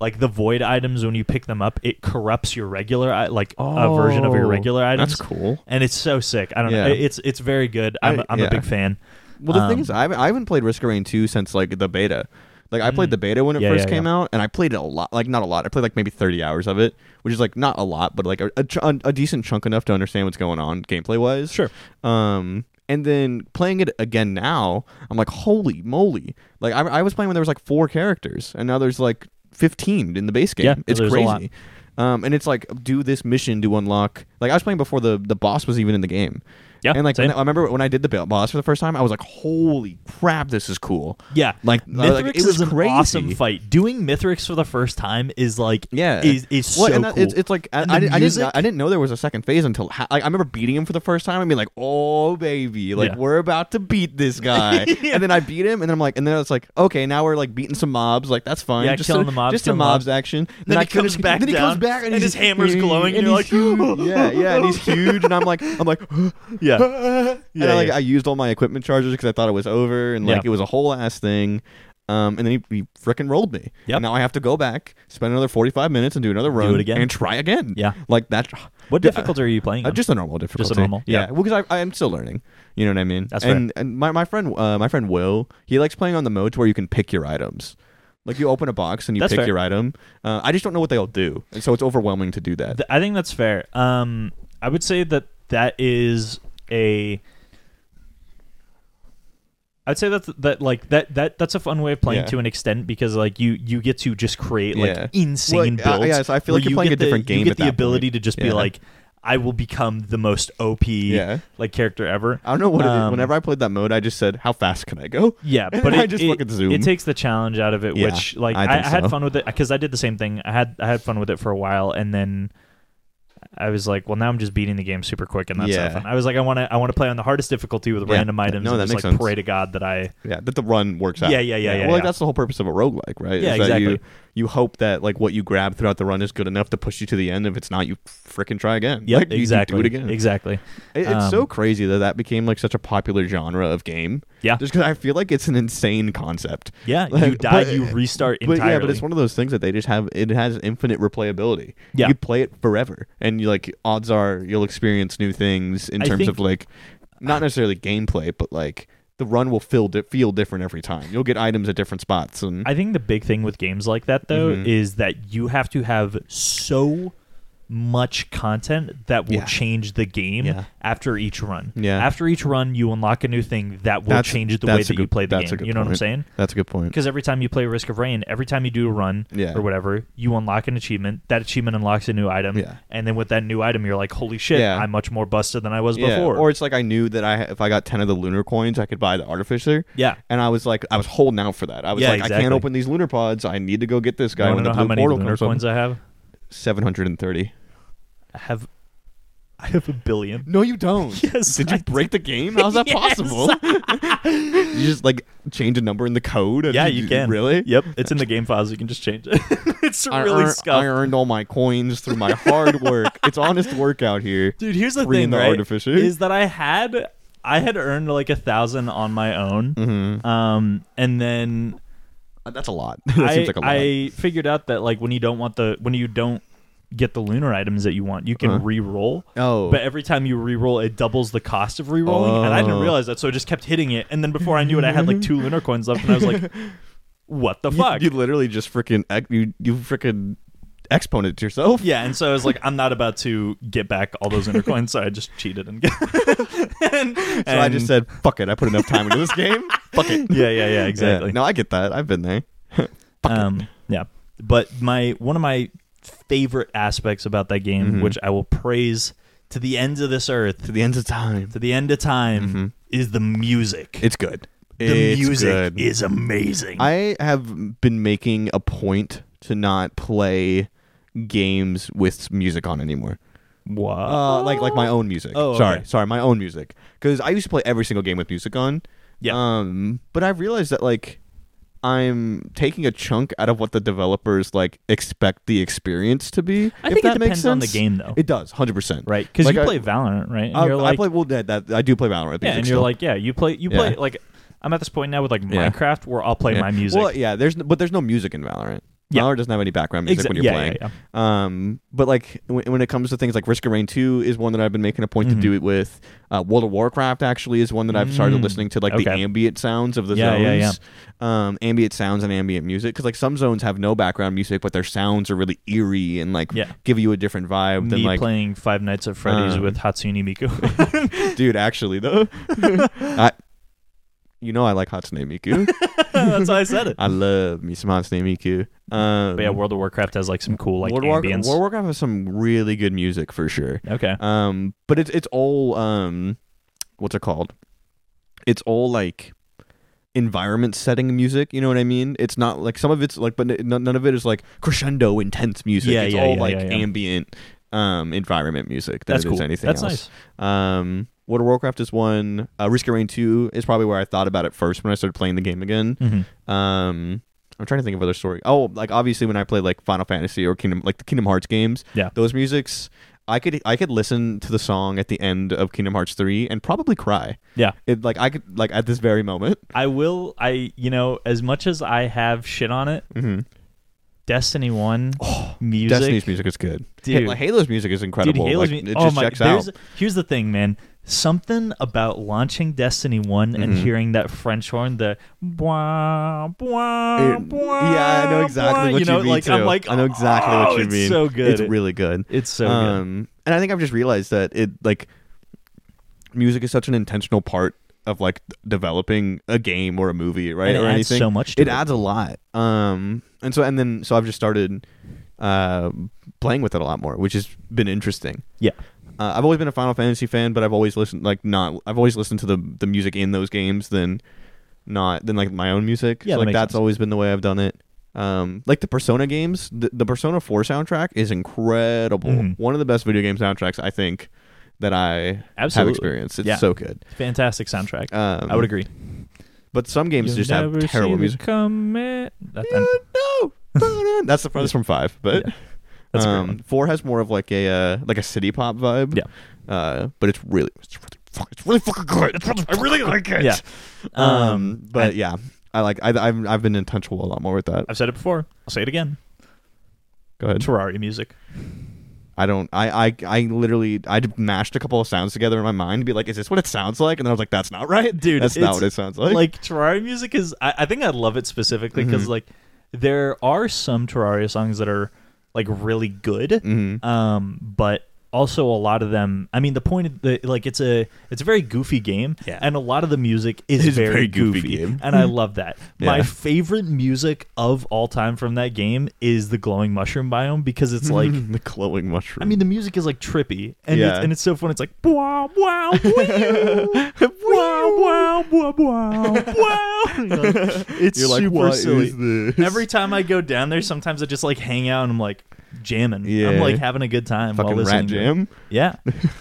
like the void items when you pick them up, it corrupts your regular i- like a version of your Oh, regular items. That's cool. And it's so sick. I don't know. Yeah. It's it's very good. I'm, I- I, am yeah. a big fan. Well, the thing Um, is, I haven't, I haven't played Risk of Rain 2 since like the beta. Like I played Mm. the beta when it Yeah, first yeah, came yeah. out, and I played it a lot. Like not a lot. I played like maybe thirty hours of it, which is like not a lot, but like a, a, ch- a a decent chunk enough to understand what's going on gameplay wise. Sure. Um, and then playing it again now, I'm like, holy moly! Like I, I was playing when there was like four characters, and now there's like fifteen in the base game. Yeah, it's there's a lot. crazy. Um, and it's like do this mission to unlock. Like I was playing before the the boss was even in the game. Yeah, and like same. when I remember when I did the ba- boss for the first time, I was like, "Holy crap, this is cool!" Yeah, Like- uh, Mithrix like, it was is an crazy. awesome fight. Doing Mithrix for the first time is like Yeah, is is Well, so and that- cool. it's, it's like I, And the I, didn't, I didn't music- know, I didn't know there was a second phase until ha- like, I remember beating him for the first time and being like, "Oh baby, like Yeah. we're about to beat [LAUGHS] this guy," and then I beat him, and then I'm like, and then it's like, okay, now we're like beating some mobs, like that's fine, Yeah, just killing some, the mobs, just some killing the mobs mobs. action. Then, Then I he comes finish- back then he comes down, back, and, and he's his hammer's glowing, [LAUGHS] and and you're he's like, [LAUGHS] huge. yeah, yeah, and he's huge, and I'm like, I'm like, [GASPS] Yeah. [LAUGHS] and I, like yeah. I used all my equipment charges because I thought it was over, and like Yeah. it was a whole ass thing. Um, and then he, he freaking rolled me. Yep. And now I have to go back, spend another forty five minutes, and do another run it again. and try again. Yeah. like that. what Yeah, difficulty are you playing? uh, on? just a normal difficulty. normal, Yeah, yeah. because I, I am still learning. You know what I mean? That's and and my, my friend uh, my friend Will he likes playing on the modes where you can pick your items. Like you open a box and you That's pick fair. your item. Uh, I just don't know what they all do, and so it's overwhelming to do that. Th- I think that's fair. Um, I would say that that is a. I'd say that's that like that that that's a fun way of playing Yeah. to an extent because like you you get to just create like Yeah. insane Well, I- builds. yeah, so I feel where like you're you playing get a different the, game You get at the that ability point. to just be Yeah. like, I will become the most OP Yeah. like character ever. I don't know what. it is. Um, Whenever I played that mode, I just said, "How fast can I go?" Yeah, [LAUGHS] And but then it, I just it, fucking zoom. it takes the challenge out of it, Yeah, which like I I, I, think had so. fun with it because I did the same thing. I had I had fun with it for a while, and then I was like, well, now I'm just beating the game super quick, and that's Yeah. not fun. I was like, I want to I want to play on the hardest difficulty with Yeah. random items. No, and that just, makes like sense. pray to God that I Yeah, that the run works out. Yeah, yeah, yeah, yeah, well, like, yeah. that's the whole purpose of a roguelike, right? Yeah, Is that exactly. You, you hope that like what you grab throughout the run is good enough to push you to the end. If it's not, you freaking try again. yep Like, you- you exactly do it again. exactly It- It's Um, so crazy that that became like such a popular genre of game. Yeah. Just because I feel like it's an insane concept. [LAUGHS] yeah you Like, die but- you restart But entirely yeah, but it's one of those things that they just have. It has infinite replayability. Yeah. You play it forever, and you like odds are you'll experience new things in I terms think- of like, not necessarily gameplay, but like the run will feel di- feel different every time. You'll get items at different spots, and I think the big thing with games like that though Mhm. is that you have to have so much content that will Yeah. change the game Yeah. after each run. Yeah. After each run, you unlock a new thing that will That's- change the that's way a that you good- play the that's a game. good You know what I'm point. saying? that's a good point. Because every time you play Risk of Rain, every time you do a run Yeah. or whatever, you unlock an achievement. That achievement unlocks a new item, Yeah. and then with that new item, you're like, "Holy shit! Yeah. I'm much more busted than I was Yeah, before." or it's like I knew that I if I got ten of the lunar coins, I could buy the artificer. Yeah. and I was like, I was holding out for that. I was Yeah, like, I can't exactly. open these lunar pods. I need to go get this I guy want when to the know blue how many portal lunar comes coins I have. [LAUGHS] Seven hundred and thirty. I have I have a billion. No, you don't. [LAUGHS] Yes, Did you I break the game? How's that [LAUGHS] Yes. possible? [LAUGHS] you just like change a number in the code. and [LAUGHS] Yeah, you can. Really? Yep. It's in the game files. You can just change it. [LAUGHS] it's I, really earn- I scuffed. earned all my coins through my hard work. it's honest work out [LAUGHS] here. Dude, here's the free thing, and the right? artificial. Is that I had I had earned like a thousand on my own, Mm-hmm. um, and then Uh, That's a lot. [LAUGHS] that I, seems like a lot. I figured out that like when you don't want the when you don't get the lunar items that you want, you can Uh-huh. re-roll. Oh. but every time you re-roll, it doubles the cost of re-rolling, and I didn't Oh. realize that, so I just kept hitting it, and then before I knew it, I had like two lunar coins left, and I was [LAUGHS] like, "What the You- fuck?" You, literally just freaking ex- you you freaking exponent yourself. Yeah, and so I was like, I'm not about to get back all those inner coins, so I just cheated and [LAUGHS] get. and, So I just said, "Fuck it." I put enough time into this [LAUGHS] game. Fuck it. yeah, yeah, yeah, Yeah. exactly. No, I get that. I've been there. um, yeah, but my one of my favorite aspects about that game, Mm-hmm. which I will praise to the ends of this earth, To the ends of time. to the end of time, is the music. It's good. the Mm-hmm. It's music good. is amazing. I have been making a point to not play games with music on anymore. wow. Uh, like like my own music. Oh, okay. sorry, sorry, my own music. Because I used to play every single game with music on. Yeah. Um, but I realized that like I'm taking a chunk out of what the developers like expect the experience to be. I if think it that makes depends on the sense. game, though. It does, hundred percent. right? Because Like, you I- play Valorant, right? And I, you're I like, play well that, that I do play Valorant. with yeah, music and still. you're like, yeah, you play, you play Yeah. like. I'm at this point now with like Yeah. Minecraft where I'll play Yeah. my music. Well, yeah, there's n- but there's no music in Valorant. Yeah. Valorant doesn't have any background music Exa- when you're yeah, playing. yeah, Um, but like when, when it comes to things like Risk of Rain 2 is one that I've been making a point to do it with. Uh, World of Warcraft actually is one that I've started Mm-hmm. Mm. listening to like the Okay. ambient sounds of the Yeah, zones. yeah, Um, ambient sounds and ambient music because like some zones have no background music but their sounds are really eerie and like Yeah. give you a different vibe than me like playing Five Nights at Freddy's Um, with Hatsune Miku. [LAUGHS] dude actually though I you know I like Hatsune Miku That's why I said it. [LAUGHS] I love me some Hatsune Miku um, But yeah, World of Warcraft has like some cool like World of Warcraft- ambience. World of Warcraft has some really good music for sure. okay. Um, but it's it's all um, what's it called? It's all like environment setting music. You know what I mean? It's not like some of it's like, but n- none of it is like crescendo intense music. Yeah, it's yeah, all yeah, like yeah, yeah. ambient um environment music. than That's it is cool. anything That's else. nice. Um, World of Warcraft is one. Uh, Risk of Rain two is probably where I thought about it first when I started playing the game again. nice. Mhm. Um, I'm trying to think of other story. Oh, like obviously when I played like Final Fantasy or Kingdom, like the Kingdom Hearts games. Yeah. Those musics, I could I could listen to the song at the end of Kingdom Hearts three and probably cry. Yeah. It like I could like at this very moment. I will I you know, as much as I have shit on it, Destiny One Mm-hmm. music Oh, Destiny's music is good. Dude. Ha- Halo's music is Dude, incredible. Halo's like, mu- it oh just my, checks there's, out. Here's the thing, man. Something about launching Destiny One and hearing that French horn, the bwah, bwah, Mm-hmm. It- bwah, yeah, I know exactly [LAUGHS] bwah, what you know, mean. like I'm too. like I know exactly "Oh, what you it's mean. So It's good, really good. it's so good. um, And I think I've just realized that it like music is such an intentional part of like d- developing a game or a movie, right? And it or adds anything. so much to it. adds a lot. Um, and so and then so I've just started uh, playing with it a lot more, which has been interesting. Yeah, Uh, I've always been a Final Fantasy fan, but I've always listened like not. I've always listened to the the music in those games than not than like my own music. Yeah, So, that like makes that's sense. always been the way I've done it. Um, like the Persona games, the, the Persona Four soundtrack is incredible. Mhm. One of the best video game soundtracks I think that I have Absolutely. experienced. It's Yeah. so good. fantastic soundtrack. Um, I would agree. but some games You'll just have never see terrible the music. comet- that- that- You know, that's the that's from five, but Yeah. That's a great um, one. four has more of like a uh, like a city pop vibe. Yeah. uh, but it's really it's really, fuck, it's really fucking good. It's really, I really like it. Yeah. [LAUGHS] um, Um, but I- yeah, I like I, I've I've been in touch with a lot more with that. I've said it before. I'll say it again. Go ahead. Terraria music. I don't. I I I literally I d- mashed a couple of sounds together in my mind to be like, is this what it sounds like? And I was like, that's not right, Dude, That's not it's- what it sounds like. Like, Terraria music is. I, I think I love it specifically because Mhm. like there are some Terraria songs that are like really good, Mhm. um, but also a lot of them. I mean, the point of the like it's a it's a very goofy game, Yeah. and a lot of the music is It's a very, very goofy, goofy game. Mm-hmm. and I love that. My Yeah. favorite music of all time from that game is the glowing mushroom biome because [LAUGHS] it's like [LAUGHS] the glowing mushroom. I mean, [LAUGHS] the music is like trippy, and it's, Yeah. and it's so fun. It's like wow, wow, [LAUGHS] wow, wow, wow, [LAUGHS] wow, wow. You know, It's you're like, super what is silly. this? Every time I go down there, sometimes I just like hang out and I'm like, jamming. I'm Yeah. like having a good time. while Fucking rat listening to it. jam. [LAUGHS] Yeah,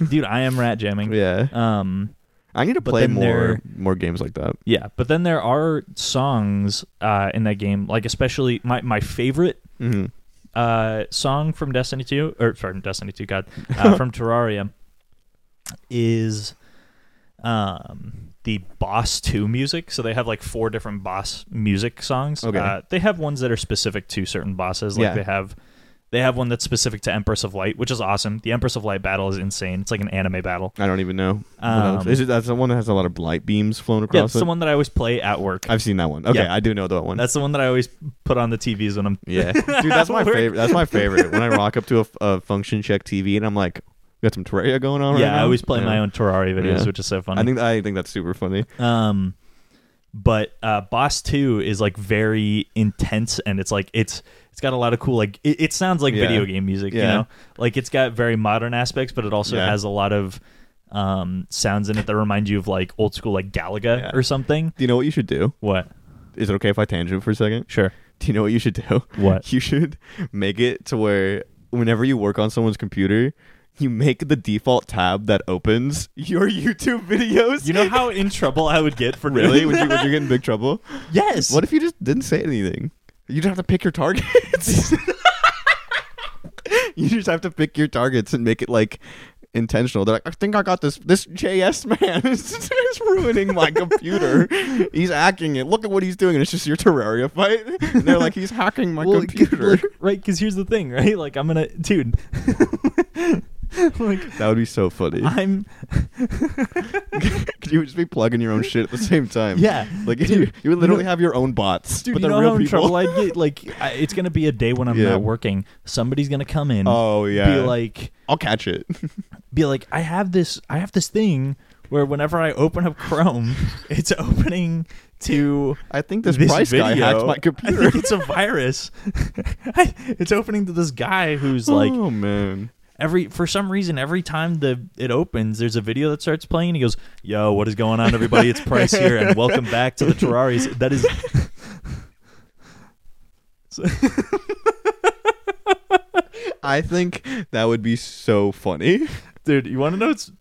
dude, I am rat jamming. Yeah. Um, I need to but play then more there- more games like that. yeah, but then there are songs uh, in that game, like especially my my favorite hmm uh, song from Destiny 2, or from Destiny 2, God, [LAUGHS] uh, from Terraria, is um, the Boss 2 music. So they have like four different Boss music songs. Okay. Uh, they have ones that are specific to certain bosses. Like Yeah. they have. They have one that's specific to Empress of Light, which is awesome. The Empress of Light battle is insane. It's like an anime battle. I don't even know. What else? Um, Is it that's the one that has a lot of light beams flowing Yeah, across that's the it? one that I always play at work. I've seen that one. Okay, Yeah. I do know that one. That's the one that I always put on the TVs when I'm. [LAUGHS] yeah, dude, that's my Work. favorite. That's my favorite. When I rock up to a, f- a function check TV and I'm like, got some Terraria going on right yeah, now. I always play Oh, my Yeah. own Terraria videos, Yeah. which is so funny. I think I think that's super funny. Um, but uh, Boss Two is like very intense, and it's like it's it's got a lot of cool like it, it sounds like Yeah. video game music, you Yeah. know, like it's got very modern aspects, but it also Yeah. has a lot of um sounds in it that remind you of like old school like Galaga Yeah. or something. Do you know what you should do? What? Is it okay if I tangent for a second? [LAUGHS] Sure. Do you know what you should do? What? You should make it to where whenever you work on someone's computer, you make the default tab that opens your [LAUGHS] YouTube videos. You know how in trouble I would get for [LAUGHS] really doing when you that? when you get in big trouble. [LAUGHS] yes. What if you just didn't say anything? You don't have to pick your targets. [LAUGHS] you just have to pick your targets and make it like intentional. They're like, I think I got this. This JS man [LAUGHS] is, is ruining my computer. he's hacking it. Look at what he's doing. And it's just your Terraria fight. And they're like, he's hacking my [LAUGHS] Well, computer. like, [LAUGHS] right? Because here's the thing, right? Like I'm gonna, dude. [LAUGHS] like that would be so funny. I'm. Could [LAUGHS] you would just be plugging your own shit at the same time? Yeah, Like dude, you, you would you literally know- have your own bots, Dude, but you they're know real how in people. trouble [LAUGHS] I'd get? Like, I, it's gonna be a day when I'm Yeah. not working. Somebody's gonna come in, oh yeah. be like, I'll catch it. be like, I have this, I have this thing where whenever I open up Chrome, [LAUGHS] it's opening to I think this, this price video. guy hacked my [LAUGHS] I computer. think it's a virus. [LAUGHS] it's opening to this guy who's like oh man. every for some reason every time the it opens there's a video that starts playing and he goes yo what is going on everybody it's price here and welcome back to the terraris that is I think that would be so funny. [LAUGHS] dude you want to know it's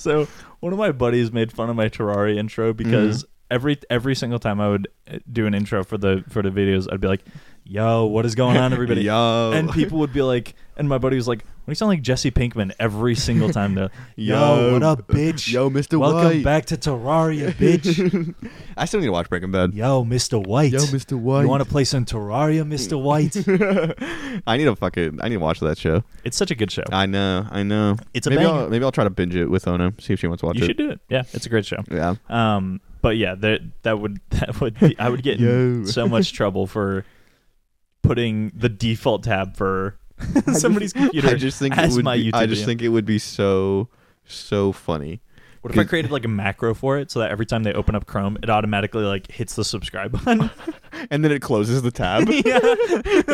so one of my buddies made fun of my terraria intro Mm-hmm. because every every single time i would uh, do an intro for the for the videos i'd be like yo what is going on [LAUGHS] everybody Yo. and people would be like and my buddy was like "Why do you sound like jesse pinkman every single time though [LAUGHS] yo, Yo. what up bitch Yo, Mr. welcome White. back to terraria [LAUGHS] bitch I still need to watch Breaking Bad. yo mr white Yo, Mr. White. you want to play some terraria mr [LAUGHS] white I need to fucking. I need to watch that show. it's such a good show I know. I know. It's a maybe banger. I'll, maybe I'll try to binge it with Ona. See if she wants to watch you it. should do it yeah it's a great show Yeah. Um, but yeah, that that would [LAUGHS] that would be, I would get in Yo. so much trouble for putting the default tab [LAUGHS] for somebody's computer. I just think it [LAUGHS] as would. my Be, YouTube I just video. think it would be so so funny. what if I created like a macro for it so that every time they open up Chrome, it automatically like hits the subscribe [LAUGHS] button? And then it closes the tab. [LAUGHS] yeah,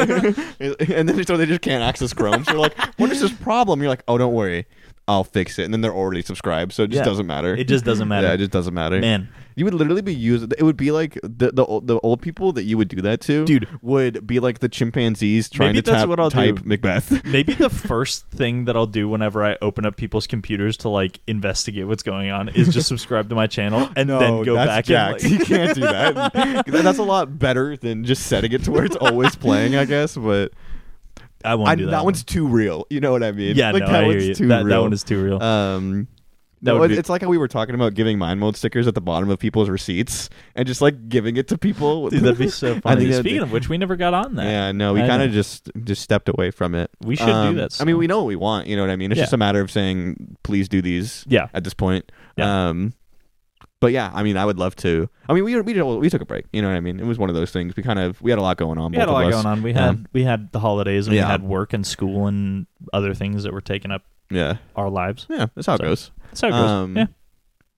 [LAUGHS] and then so they just can't access Chrome. So they're like, "What is this problem?" You're like, "Oh, don't worry, I'll fix it." And then they're already subscribed, so it just Yeah. doesn't matter. it just doesn't matter. Yeah, it just doesn't matter. Man, You would literally be using. It would be like the the old, the old people that you would do that to, Dude. would be like the chimpanzees trying Maybe to that's tap- what I'll type do. [LAUGHS] Macbeth. maybe the first thing that I'll do whenever I open up people's computers to like investigate what's going on is just subscribe to [LAUGHS] my channel and then go that's [LAUGHS] back jacked. and like, you can't do that. that's a lot better than just setting it to where it's always playing, I guess. [LAUGHS] But [LAUGHS] I won't I, do that, that. one. one's too real. You know what I mean? yeah, like, no, that I hear one's you. too that, real. that one is [LAUGHS] too real. Um, That no, would it- be- it's like how we were talking about giving mind mold stickers at the bottom of people's receipts and just like giving it to people. Dude, that'd be so I funny. think that'd Speaking be- of which, we never got on [LAUGHS] that. yeah, no, we I kind know. of just just stepped away from it. We should do Um, that I mean, still. we know what we want. You know what I mean? It's Yeah. just a matter of saying, please do these Yeah. at this point. Yeah. Um, but yeah, I mean, I would love to. I mean, we we we took a break. You know what I mean? It was one of those things. We kind of we had a lot going on. We had a both lot of us. going on. We had we had the holidays and Yeah. we had work and school and other things that were taking up Yeah, our lives. yeah, that's how So- it goes. That's how it goes. Um, yeah.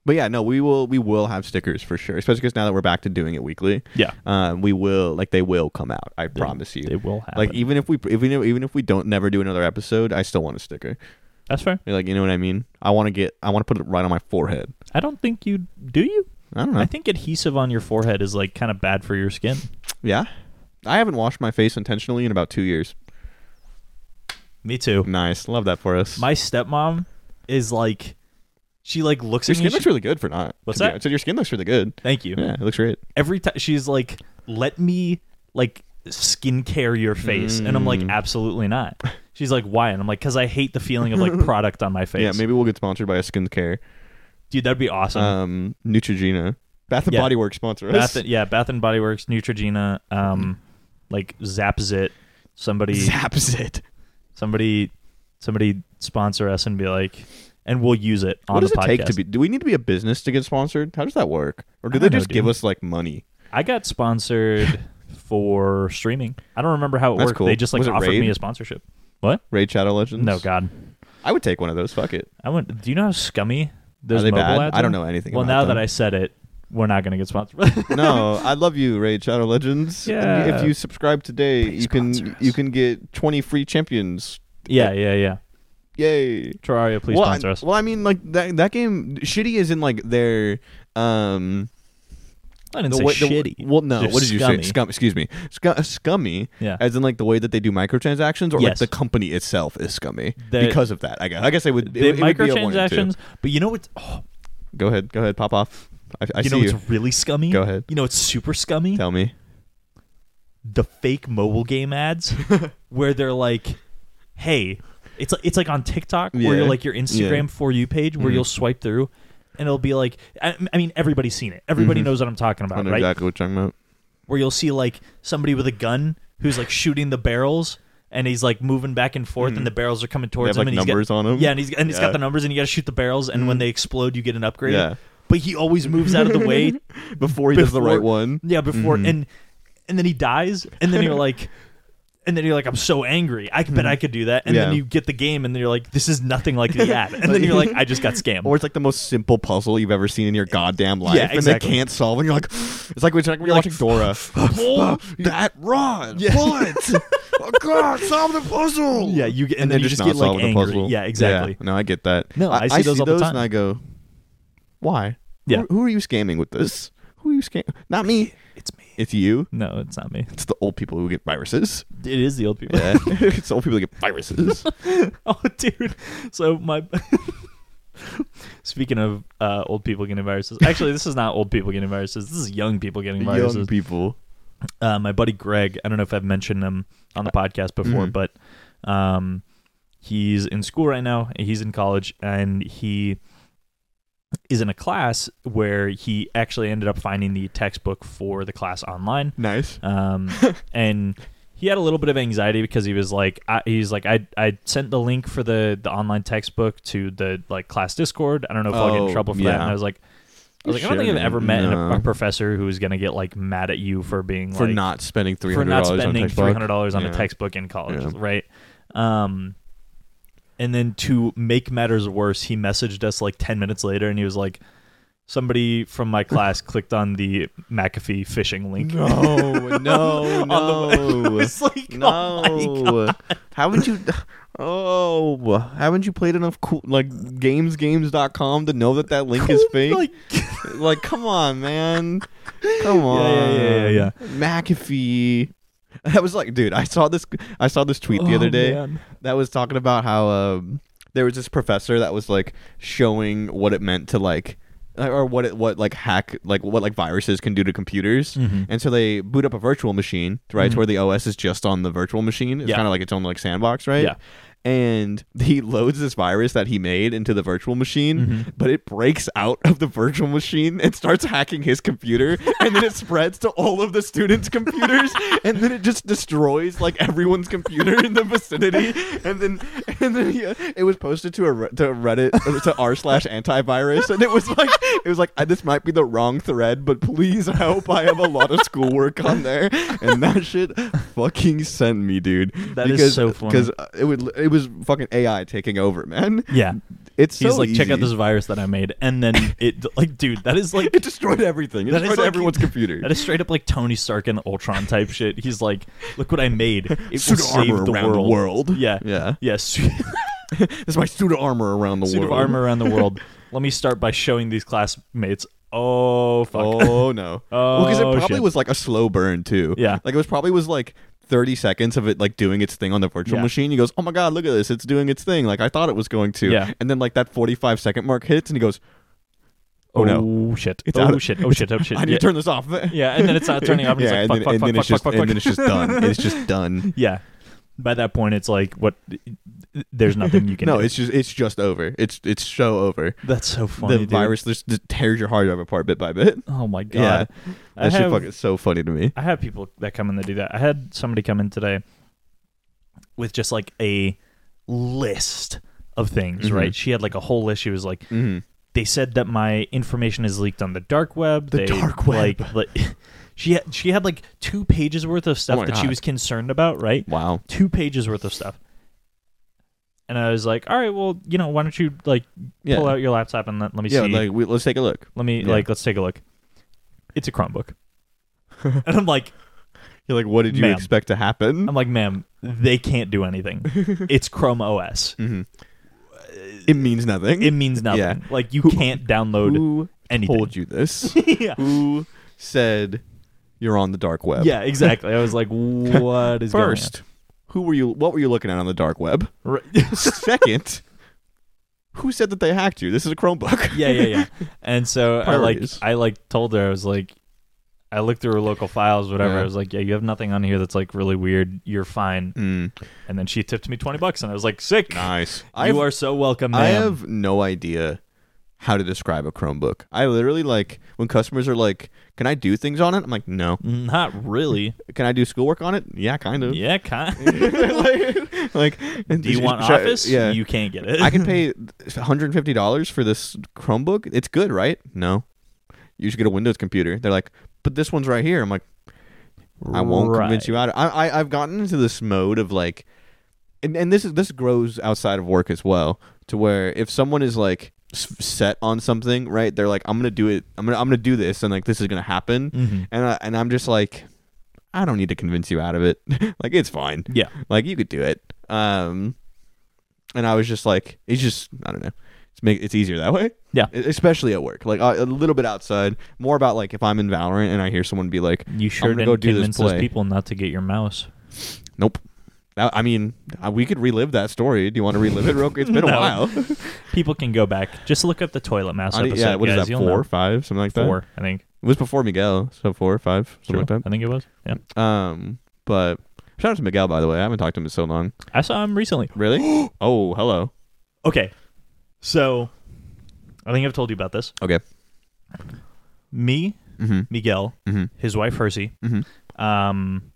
But yeah, no, we will we will have stickers for sure, especially because now that we're back to doing it weekly. Yeah. um, we will like they will come out. I promise you. They will happen. like e- even if we even if, even if we don't never do another episode, I still want a sticker. That's fair. Like you know what I mean? I want to get I want to put it right on my forehead. I don't think you do you? I don't know. I think adhesive on your forehead is like kind of bad for your skin. yeah, I haven't washed my face intentionally in about two years. Me too. Nice, love that for us. My stepmom is like, she like looks your at me. skin she- looks really good for not. What's to be that? honest. So your skin looks really good. thank you. Yeah, it looks great. Every time she's like, let me like skincare your face, and I'm like, Mm. absolutely not. She's like, why? And I'm like, because I hate the feeling of [LAUGHS] like product on my face. Yeah, maybe we'll get sponsored by a skincare. dude, that'd be awesome. Um, Neutrogena, Bath and Uh-huh. Yeah. Body Works sponsor us. [LAUGHS] Bath, and- yeah, Bath and Body Works, Neutrogena, um, like Zapzit. Somebody, Zaps it. somebody, somebody sponsor us and be like, and we'll use it on What does it the podcast. take to be? Do we need to be a business to get sponsored? How does that work? Or do I they don't know, just give dude. us like money? I got sponsored for streaming. I don't remember how it That's worked. cool. They just like Was it offered Raid? me a sponsorship. What? Raid Shadow Legends. No, God. I would take one of those. Fuck it. I went. Do you know how scummy those Are they mobile bad? ads? I don't are? know anything. Well, about now them. that I said it, we're not going to get sponsored. [LAUGHS] no, I love you, Raid Shadow Legends. And Yeah. If you subscribe today, Please you can sponsor us. you can get twenty free champions. yeah, yeah, yeah. Yay! Terraria, please well, sponsor I, us. Well, I mean, like that that game shitty is in like their um I didn't the say way- the- shitty. well, no, Just what did you scummy. say? Scum. Excuse me. Scu- scummy. Yeah. As in like the way that they do microtransactions, or like Yes. the company itself is scummy The- because of that. I guess. I guess I would. It, The it would be a one and two. microtransactions, but you know what's oh, Go ahead. Go ahead. Pop off. I, I you know see what's you. really scummy? Go ahead. You know it's super scummy? Tell me. the fake mobile [LAUGHS] game ads where they're like, "Hey, it's like it's like on TikTok Yeah. where you're like your Instagram Yeah. for you page where Mhm. you'll swipe through, and it'll be like, I, I mean, everybody's seen it. Everybody Mhm. knows what I'm talking I about, don't know right? exactly what you're talking about. Where you'll see like somebody with a gun who's like shooting the barrels, and he's like moving back and forth, Mhm. and the barrels are coming They have towards him, like and he's numbers got on them. yeah, and he's and he's Yeah. got the numbers, and you got to shoot the barrels, and when Mhm. they explode, you get an upgrade. Yeah. But he always moves out of the [LAUGHS] way Before he does the Before- right one. Yeah, before Mhm. and and then he dies, and then you're like, and then you're like, I'm so angry. I bet I could do that. And then Yeah. you get the game, and then you're like, this is nothing like the ad. And then you're like, I just got scammed. Or it's like the most simple puzzle you've ever seen in your goddamn life, and exactly. they can't solve. it, And you're like, [GASPS] it's like when you're, when you're You're like, watching [GASPS] Dora. [GASPS] Pull that rod. Yeah. [LAUGHS] Pull it. oh God, solve the puzzle. yeah, you get, and, then, you just not get like solving angry. the puzzle. Yeah, exactly. No, I get that. No, I see those all the time. and I go, why? Yeah. Who, who are you scamming with this? Who are you scamming? Not me. It's me. It's you. No, it's not me. It's the old people who get viruses. [LAUGHS] It is the old people. Yeah. [LAUGHS] it's the old people who get viruses. [LAUGHS] oh, dude. So my. [LAUGHS] Speaking of uh, old people getting viruses, actually, this is not old people getting viruses. This is young people getting viruses. Young people. uh, my buddy Greg. I don't know if I've mentioned him on the podcast before, Mhm. but um, he's in school right now. He's in college, and he is in a class where he actually ended up finding the textbook for the class online. Nice. [LAUGHS] Um, and he had a little bit of anxiety because he was like, I, he's like, I I sent the link for the the online textbook to the like class Discord. I don't know if I'll get in Oh, trouble for that. yeah. And I was like. I was You like, I don't think I've shouldn't. ever met No. a, a professor who is going to get like mad at you for being for like, not spending three for hundred not dollars on spending textbook. three hundred dollars on Yeah. a textbook in college, Yeah. right? Um, and then to make matters worse, he messaged us like ten minutes later, and he was like, "Somebody from [LAUGHS] my class clicked on the McAfee phishing link." [LAUGHS] No, no, On the- I [LAUGHS] no. [LAUGHS] was like, "Oh my God." no, haven't you? [LAUGHS] Oh, haven't you played enough cool like gamesgames.com to know that that link is fake? Like, [LAUGHS] Like, come on, man. Come on. yeah, yeah, yeah, McAfee. That was like, dude, I saw this I saw this tweet the oh, other day man. that was talking about how um, there was this professor that was like showing what it meant to like uh, or what it what like hack like what like viruses can do to computers. Mhm. And so they boot up a virtual machine, right? Mhm. Where the OS is just on the virtual machine. It's Yeah. kind of like its own like sandbox, right? Yeah. And [LAUGHS] he loads this virus that he made into the virtual machine, Mhm. but it breaks out of the virtual machine and starts hacking his computer, and then [LAUGHS] it spreads to all of the students' computers, and then it just destroys like everyone's computer in the vicinity, and then and then he, it was posted to a re- to Reddit to r slash antivirus, and it was like it was like I, this might be the wrong thread, but please help, I have a lot of schoolwork on there, and that shit fucking sent me, dude. That is so funny. because it would it was fucking AI taking over, man. Yeah, It's [LAUGHS] he's so like, "Check out easy. this virus that I made," and then it, like, dude, that is like [LAUGHS] It destroyed everything. It That is destroyed like- [LAUGHS] everyone's computer. That is straight up like Tony Stark and Ultron type shit. He's like, look what [LAUGHS] I made. It will Suit of save armor the around the world. world. Yeah. Yeah. Yeah. [LAUGHS] Suit, This is my suit of armor around the suit world. [LAUGHS] of armor around the world. Let me start by showing these classmates. Oh fuck. Oh no. Oh, because it probably shit. was like a slow burn too. Yeah. Like it was probably was like 30 seconds of it like doing its thing on the virtual Yeah. machine. He goes, "Oh my god, look at this. It's doing its thing. Like I thought it was going to." Yeah. And then like that 45 second mark hits and he goes, "Oh no. shit. It's oh out of- shit. Oh shit. Oh [LAUGHS] shit. I need yeah. to turn this off." Yeah, and then [LAUGHS] it's not turning off. And yeah, and it's like, then, fuck, and fuck, then fuck, it's fuck, just fuck, and fuck. then it's just done. It's just [LAUGHS] done. yeah. By that point, it's like what? There's nothing you can. No, do. it's just it's just over. It's it's so over. that's so funny. the dude. virus just, just tears your heart apart bit by [LAUGHS] bit. Oh my god. I That shit have- fucking so funny to me. I have people that come in that do that. I had somebody come in today with just like a list of things, Mhm. right? She had like a whole list. She was like, Mm-hmm. they said that my information is leaked on the dark web. The they, dark web. Like, like- [LAUGHS] she had, she had like two pages worth of stuff Oh my that she God. was concerned about, right? Wow. Two pages worth of stuff. And I was like, all right, well, you know, why don't you like Yeah. pull out your laptop and let, let me yeah. see. Like we, let's take a look. let me yeah. like let's take a look. It's a Chromebook. [LAUGHS] and I'm like, You're like, what did you Ma'am. expect to happen? I'm like, ma'am, they can't [LAUGHS] do anything. It's Chrome OS. hmm It means nothing. It means nothing. Yeah. Like you Who- can't download Who anything. told you [LAUGHS] this? [LAUGHS] yeah. Who said you're on the dark web? yeah, exactly. I [LAUGHS] was like, what is First, who were you? What were you looking at on the dark [LAUGHS] web? going on? Right. [LAUGHS] Second, who said that they hacked you? This is a Chromebook. yeah, yeah, yeah. And so I like Priorities. I like told her I was like I looked through her local files, whatever. Yeah. I was like, Yeah, you have nothing on here that's like really weird. You're fine. Mm, And then she tipped me twenty bucks and I was like, Sick. nice. You are so welcome, ma'am. I have no idea how to describe a Chromebook. I literally like when customers are like, "Can I do things on it?" I'm like, "No." not really. Can I do schoolwork on it? Yeah, kind of. Yeah, kind. [LAUGHS] like, like, Do you want should I- office? Yeah. You can't get it. I [LAUGHS] can pay $150 for this Chromebook. It's good, right? No. You should get a Windows computer. They're like, but this one's right here. I'm like, I won't convince you out. I, I I've gotten into this mode of like, and, and this is this grows outside of work as well to where if someone is like s- set on something, right? They're like, I'm gonna do it. I'm gonna I'm gonna do this, and like this is gonna happen. Mm-hmm. And I, and I'm just like, I don't need to convince you out of it. [LAUGHS] like it's fine. Yeah. Like you could do it. Um, and I was just like, it's just I don't know. It's make it's easier that way. Yeah. E- especially at work. Like uh, a little bit outside. More about like if I'm in Valorant and I hear someone be like, You sure gonna didn't go do this convince those play. people not to get your mouse. Nope. That- I mean, uh, we could relive that story. Do you want to relive it real quick? It's been [LAUGHS] No. a while. People can go back. Just look up the toilet mouse I- episode. yeah, what is guys. that? You'll Four, know. five, something like that. Four, I think. It was before Miguel, so four, five, something Sure. like that. I think it was. Yeah. Um, but shout out to Miguel by the way. I haven't talked to him in so long. I saw him recently. [GASPS] Really? oh, hello. Okay. So I think I've told you about this. Okay. Me, Mm-hmm. Miguel, Mm-hmm. his wife Hersey, Mm-hmm. um,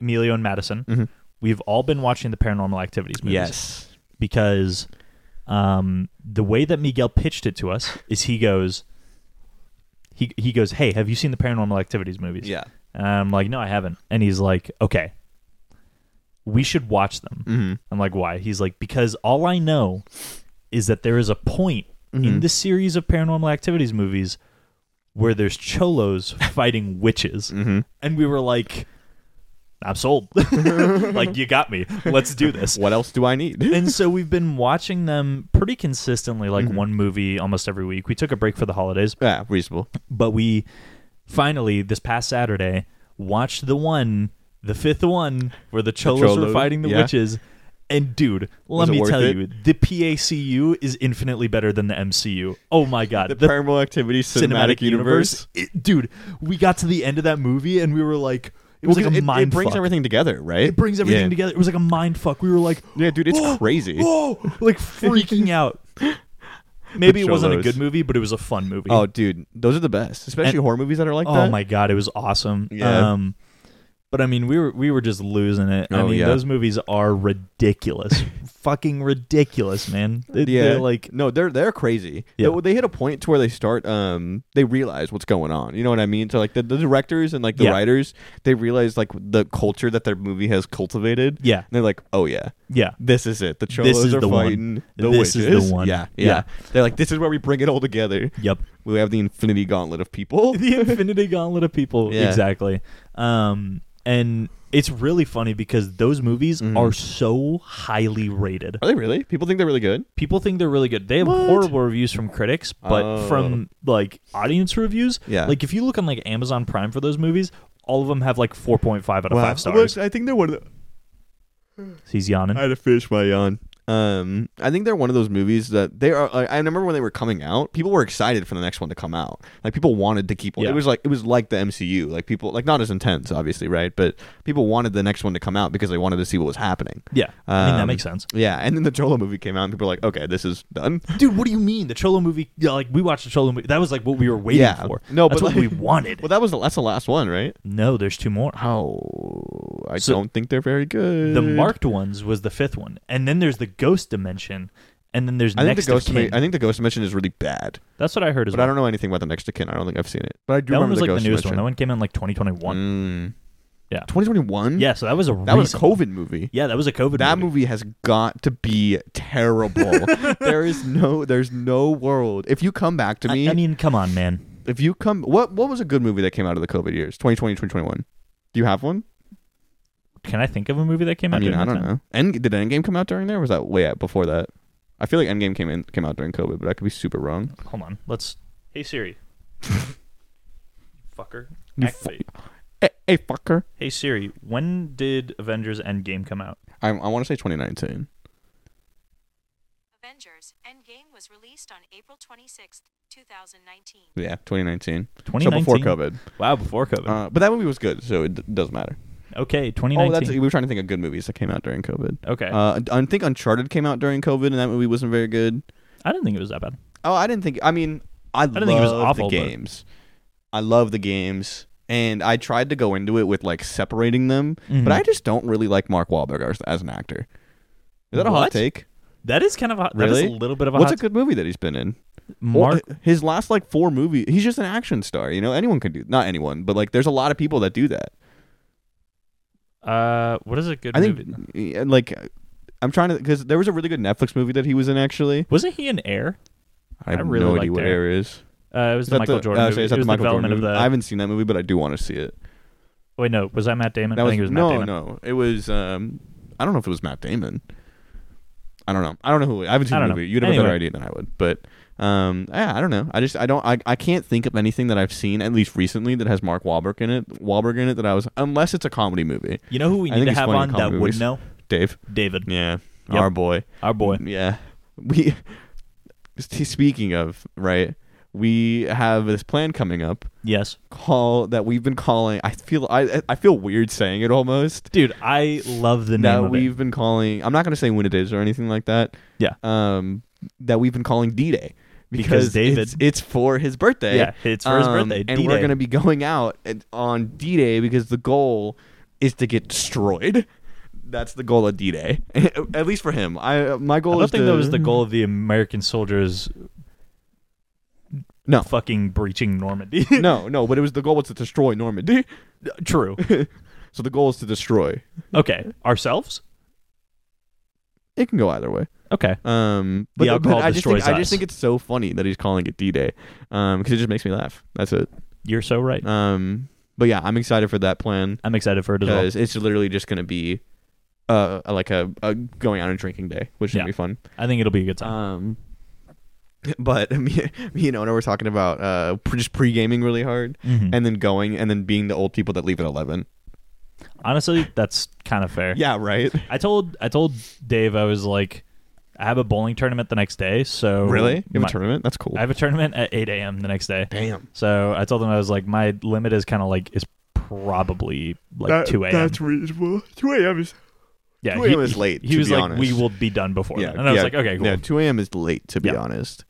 Emilio and Madison, Mhm. we've all been watching the paranormal activities movies. Yes. Because um, the way that Miguel pitched it to us is he goes he he goes, Hey, have you seen the paranormal activities movies? Yeah. And I'm like, no, I haven't. And he's like, okay, we should watch them. Mm-hmm. I'm like, why? He's like, because all I know is that there is a point in Mhm. this series of paranormal activities movies where there's cholos [LAUGHS] fighting witches. Mm-hmm. And we were like, I'm sold. [LAUGHS] like, you got me. Let's do this. What else do I [LAUGHS] need? And so we've been watching them pretty consistently, like Mhm. one movie almost every week. We took a break for the holidays yeah, reasonable. but we finally this past Saturday watched the one, the fifth one where the cholos, were Cholo, fighting the yeah. witches. And dude, Was let it me worth tell it? you, the PACU is infinitely better than the MCU. [LAUGHS] Oh my god, The, the Paranormal Activity Cinematic, Universe. it- dude, we got to the end of that movie and we were like, it was Well, 'cause like a it, mind it brings fuck. everything together, right? It brings everything Yeah. together. It was like a mind fuck. We were like, Yeah, dude, it's [GASPS] "Whoa, crazy. Whoa, [LAUGHS] like freaking out. Maybe it wasn't a cholos. good movie, but it was a fun movie. Oh, dude, those are the best, especially And- horror movies that are like oh that. my god, it was awesome. Yeah. Um but I mean we were we were just losing it. I Oh, mean yeah. those movies are [LAUGHS] ridiculous. Fucking ridiculous, man. They, They're like no, they're they're crazy. Yeah. They, they hit a point to where they start, um, they realize what's going on. You know what I mean? So like the, the directors and like the Yeah. writers, they realize like the culture that their movie has cultivated. Yeah. and they're like, oh yeah, yeah. this is it. The This cholos is are the one. fighting the This is witches. the one. Yeah, yeah, Yeah. They're like, this is where we bring it all together. [LAUGHS] Yep. We have the infinity gauntlet of people. The Infinity Gauntlet of people. Yeah. Exactly. Um and It's really funny because those movies Mhm. are so highly rated. Are they really? People think they're really good. People think they're really good. They have What? horrible reviews from critics, but Oh. from like audience reviews, Yeah. Like if you look on like Amazon Prime for those movies, all of them have like 4.5 out of 5 Look, stars. I think they're one of the, He's yawning. I had to finish my yawn. Um, I think they're one of those movies that they are. I I remember when they were coming out, people were excited for the next one to come out. Like people wanted to keep. Yeah. It was like it was like the MCU. Like people like not as intense, obviously, right? But people wanted the next one to come out because they wanted to see what was happening. yeah. I mean that Um, makes sense. Yeah, and then the Cholo movie came out, and people were like, "Okay, this is done." Dude, what do you mean? The Cholo movie, yeah, like we watched the Cholo movie. That was like what we were waiting Yeah. for. No, That's but, [LAUGHS] what like- we wanted. Well, that was the, that's the last one, right? no, there's two more. Oh, I So- don't think they're very good. The marked ones was the fifth one, and then there's the ghost dimension, and then there's I think next the ghost. of Dimen- kin. I think the ghost dimension is really bad, That's what I heard as but well. I don't know anything about the next of kin. I don't think I've seen it, but I do that remember one was the like the ghost newest one. dimension. That one came out in like Mm. 2021. Yeah. 2021? Yeah, so that was a Mm-hmm. That was a recent- COVID movie. Yeah, that was a COVID. That movie. movie has got to be [LAUGHS] terrible. there is no there's no world. If you come back to me, I, I mean, come on, man. if you come what what was a good movie that came out of the COVID years? 2020, 2021. Do you have one? Can I think of a movie that came out? I mean, during I that don't time? know. End did Endgame come out during there? Or was that way out before that? I feel like Endgame came in came out during COVID, but I could be super wrong. Hold on. Let's. [LAUGHS] Hey Siri. Fucker. You fu- Activate. Hey, hey fucker. hey Siri. When did Avengers Endgame come out? I, I want to say 2019. Avengers Endgame was released on April 26, 2019. Yeah, 2019. So 2019. before COVID. Wow, before COVID. Uh, but that movie was good, so it d- doesn't matter. okay, Oh, that's 2019. we were trying to think of good movies that came out during COVID. okay. Uh, I think Uncharted came out during COVID, and that movie wasn't very good. I didn't think it was that bad. Oh, I didn't think. I mean, I, didn't think it was love awful, but- the games. I love the games, and I tried to go into it with like separating them, Mhm. but I just don't really like Mark Wahlberg as, as an actor. Is that a What? hot take? That is kind of a, that Really? is a little bit of a What's hot a good movie that he's been in? Mark Well, his last like four movies. He's just an action star. You know, anyone could do. Not anyone, but like, there's a lot of people that do that. Uh, what is a good I think, movie? yeah, like, I'm trying to because there was a really good Netflix movie that he was in actually. Wasn't he in Air? I I have really no liked idea what Air. Air is. Uh, it was the Michael Jordan uh, movie. sorry, is it that the was the Michael development Jordan movie? I of haven't seen that movie, but I do want to see it. the. Wait, no, was that Matt Damon? That I was, think it was no, Matt Damon. no. It was. Um, I don't know if it was Matt Damon. I don't know. I don't know who. I haven't I seen the don't know. movie. You'd have a better Anyway. idea than I would. But um, yeah, I don't know. I just I don't I, I can't think of anything that I've seen at least recently that has Mark Wahlberg in it. Wahlberg in it that I was unless it's a comedy movie. You know who we I need think to he's have funny in on that comedy would movies. know? Dave. David, Yeah. Yep. Our boy. our boy. Yeah. We [LAUGHS] speaking of, right? We have this plan coming up Yes, call that we've been calling I feel I I feel weird saying it almost. dude, I love the name That of we've it. been calling I'm not gonna say when it is or anything like that. Yeah. Um that we've been calling D Day. Because David- it's, it's for his birthday. Yeah, it's for his birthday, Um, And D-Day. we're gonna be going out and- on D Day because the goal is to get destroyed. That's the goal of D Day. [LAUGHS] At least for him. I my I goal don't is think to, that was the goal of the American soldiers. No. fucking breaching Normandy. [LAUGHS] [LAUGHS] no, no, but it was the goal was to destroy Normandy. [LAUGHS] True. [LAUGHS] So the goal is to destroy. Okay, ourselves. It can go either way. Okay, Um, The alcohol I just, think, destroys I us. just think it's so funny that he's calling it D Day, um, because it just makes me laugh. That's it. you're so right. Um, but yeah, I'm excited for that plan I'm excited for it as well. because it's literally just gonna be, uh, like a, a going out and drinking day, which should Yeah. be fun. I think it'll be a good time. Um, [LAUGHS] but [LAUGHS] me, me and Ona were talking about uh pre- just pre gaming really hard Mhm. and then going and then being the old people that leave at eleven. Honestly, that's kind of fair. Yeah, right. I told I told Dave I was like, I have a bowling tournament the next day, so really? You have Oh my- a tournament? That's cool. I have a tournament at eight a.m. the next day. Damn. So I told him I was like, my limit is kind of like is probably like two a.m. reasonable. Two a.m. is Yeah, 2 a.m. is late, He to was be like, we honest. will be done before then, and I was like, okay, cool. Yeah, 2 a.m. is late, to be Yeah. honest.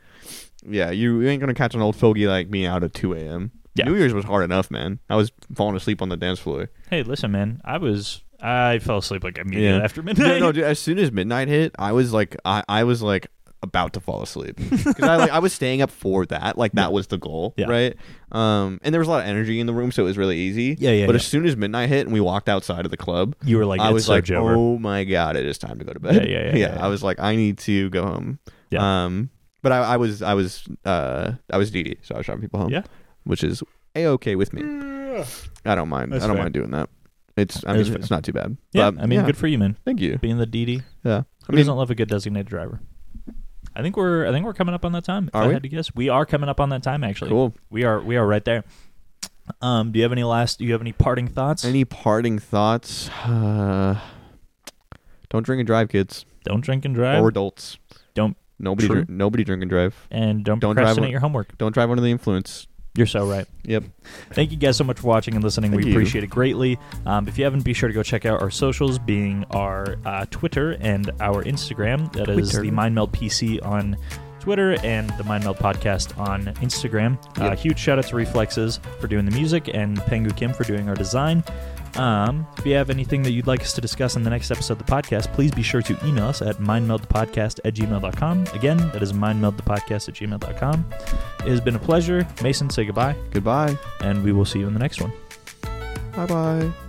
Yeah, you, you ain't going to catch an old fogey like me out at 2 a.m. Yeah. New Year's was hard enough, man. I was falling asleep on the dance [LAUGHS] floor. Hey, listen, man, I was I fell asleep like immediately after midnight. no, no, dude, as soon as midnight hit, I was like, I, I was like about to fall [LAUGHS] asleep because I like I was staying up for that. Like that was the goal, Yeah. right? Um, and there was a lot of energy in the room, so it was really easy. Yeah, yeah, But yeah. as soon as midnight hit and we walked outside of the club, [LAUGHS] You were like, I it's was so like, Jover. oh my god, it is time to go to bed. [LAUGHS] Yeah, yeah, yeah, yeah, yeah. I was like, I need to go home. Yeah. Um, but I, I was, I was, uh, I was DD, so I was driving people home. Yeah. Which is a okay with me. I don't mind. That's I don't fair. mind doing that. It's I It was mean fair. it's not too bad. Yeah, But, I mean, good for you, man. Thank you. Being the DD, Yeah. I who mean, doesn't love a good designated driver? I think we're I think we're coming up on that time. If Are I we? had to guess, we are coming up on that time. Actually, cool. we are we are right there. Um, do you have any last? Do you have any parting thoughts? Any parting thoughts? Uh, don't drink and drive, kids don't drink and drive, or adults. Don't- Nobody. True. Dr- nobody drink and drive. and don't, don't drive procrastinate on- your homework. Don't drive under the influence. You're so right. Yep. Thank you guys so much for watching and listening. Thank we you. appreciate it greatly. Um, if you haven't, be sure to go check out our socials, being our uh, Twitter and our Instagram. That is Twitter. the Mind Meld PC on Twitter and the Mind Meld Podcast on Instagram. Uh, Yep. huge shout out to Reflexes for doing the music and Pengu Kim for doing our design. Um, if you have anything that you'd like us to discuss in the next episode of the podcast, please be sure to email us at mindmeldthepodcast at gmail.com. Again, that is mindmeldthepodcast at gmail.com. It has been a pleasure. Mason, say goodbye Goodbye. and we will see you in the next one. Bye bye.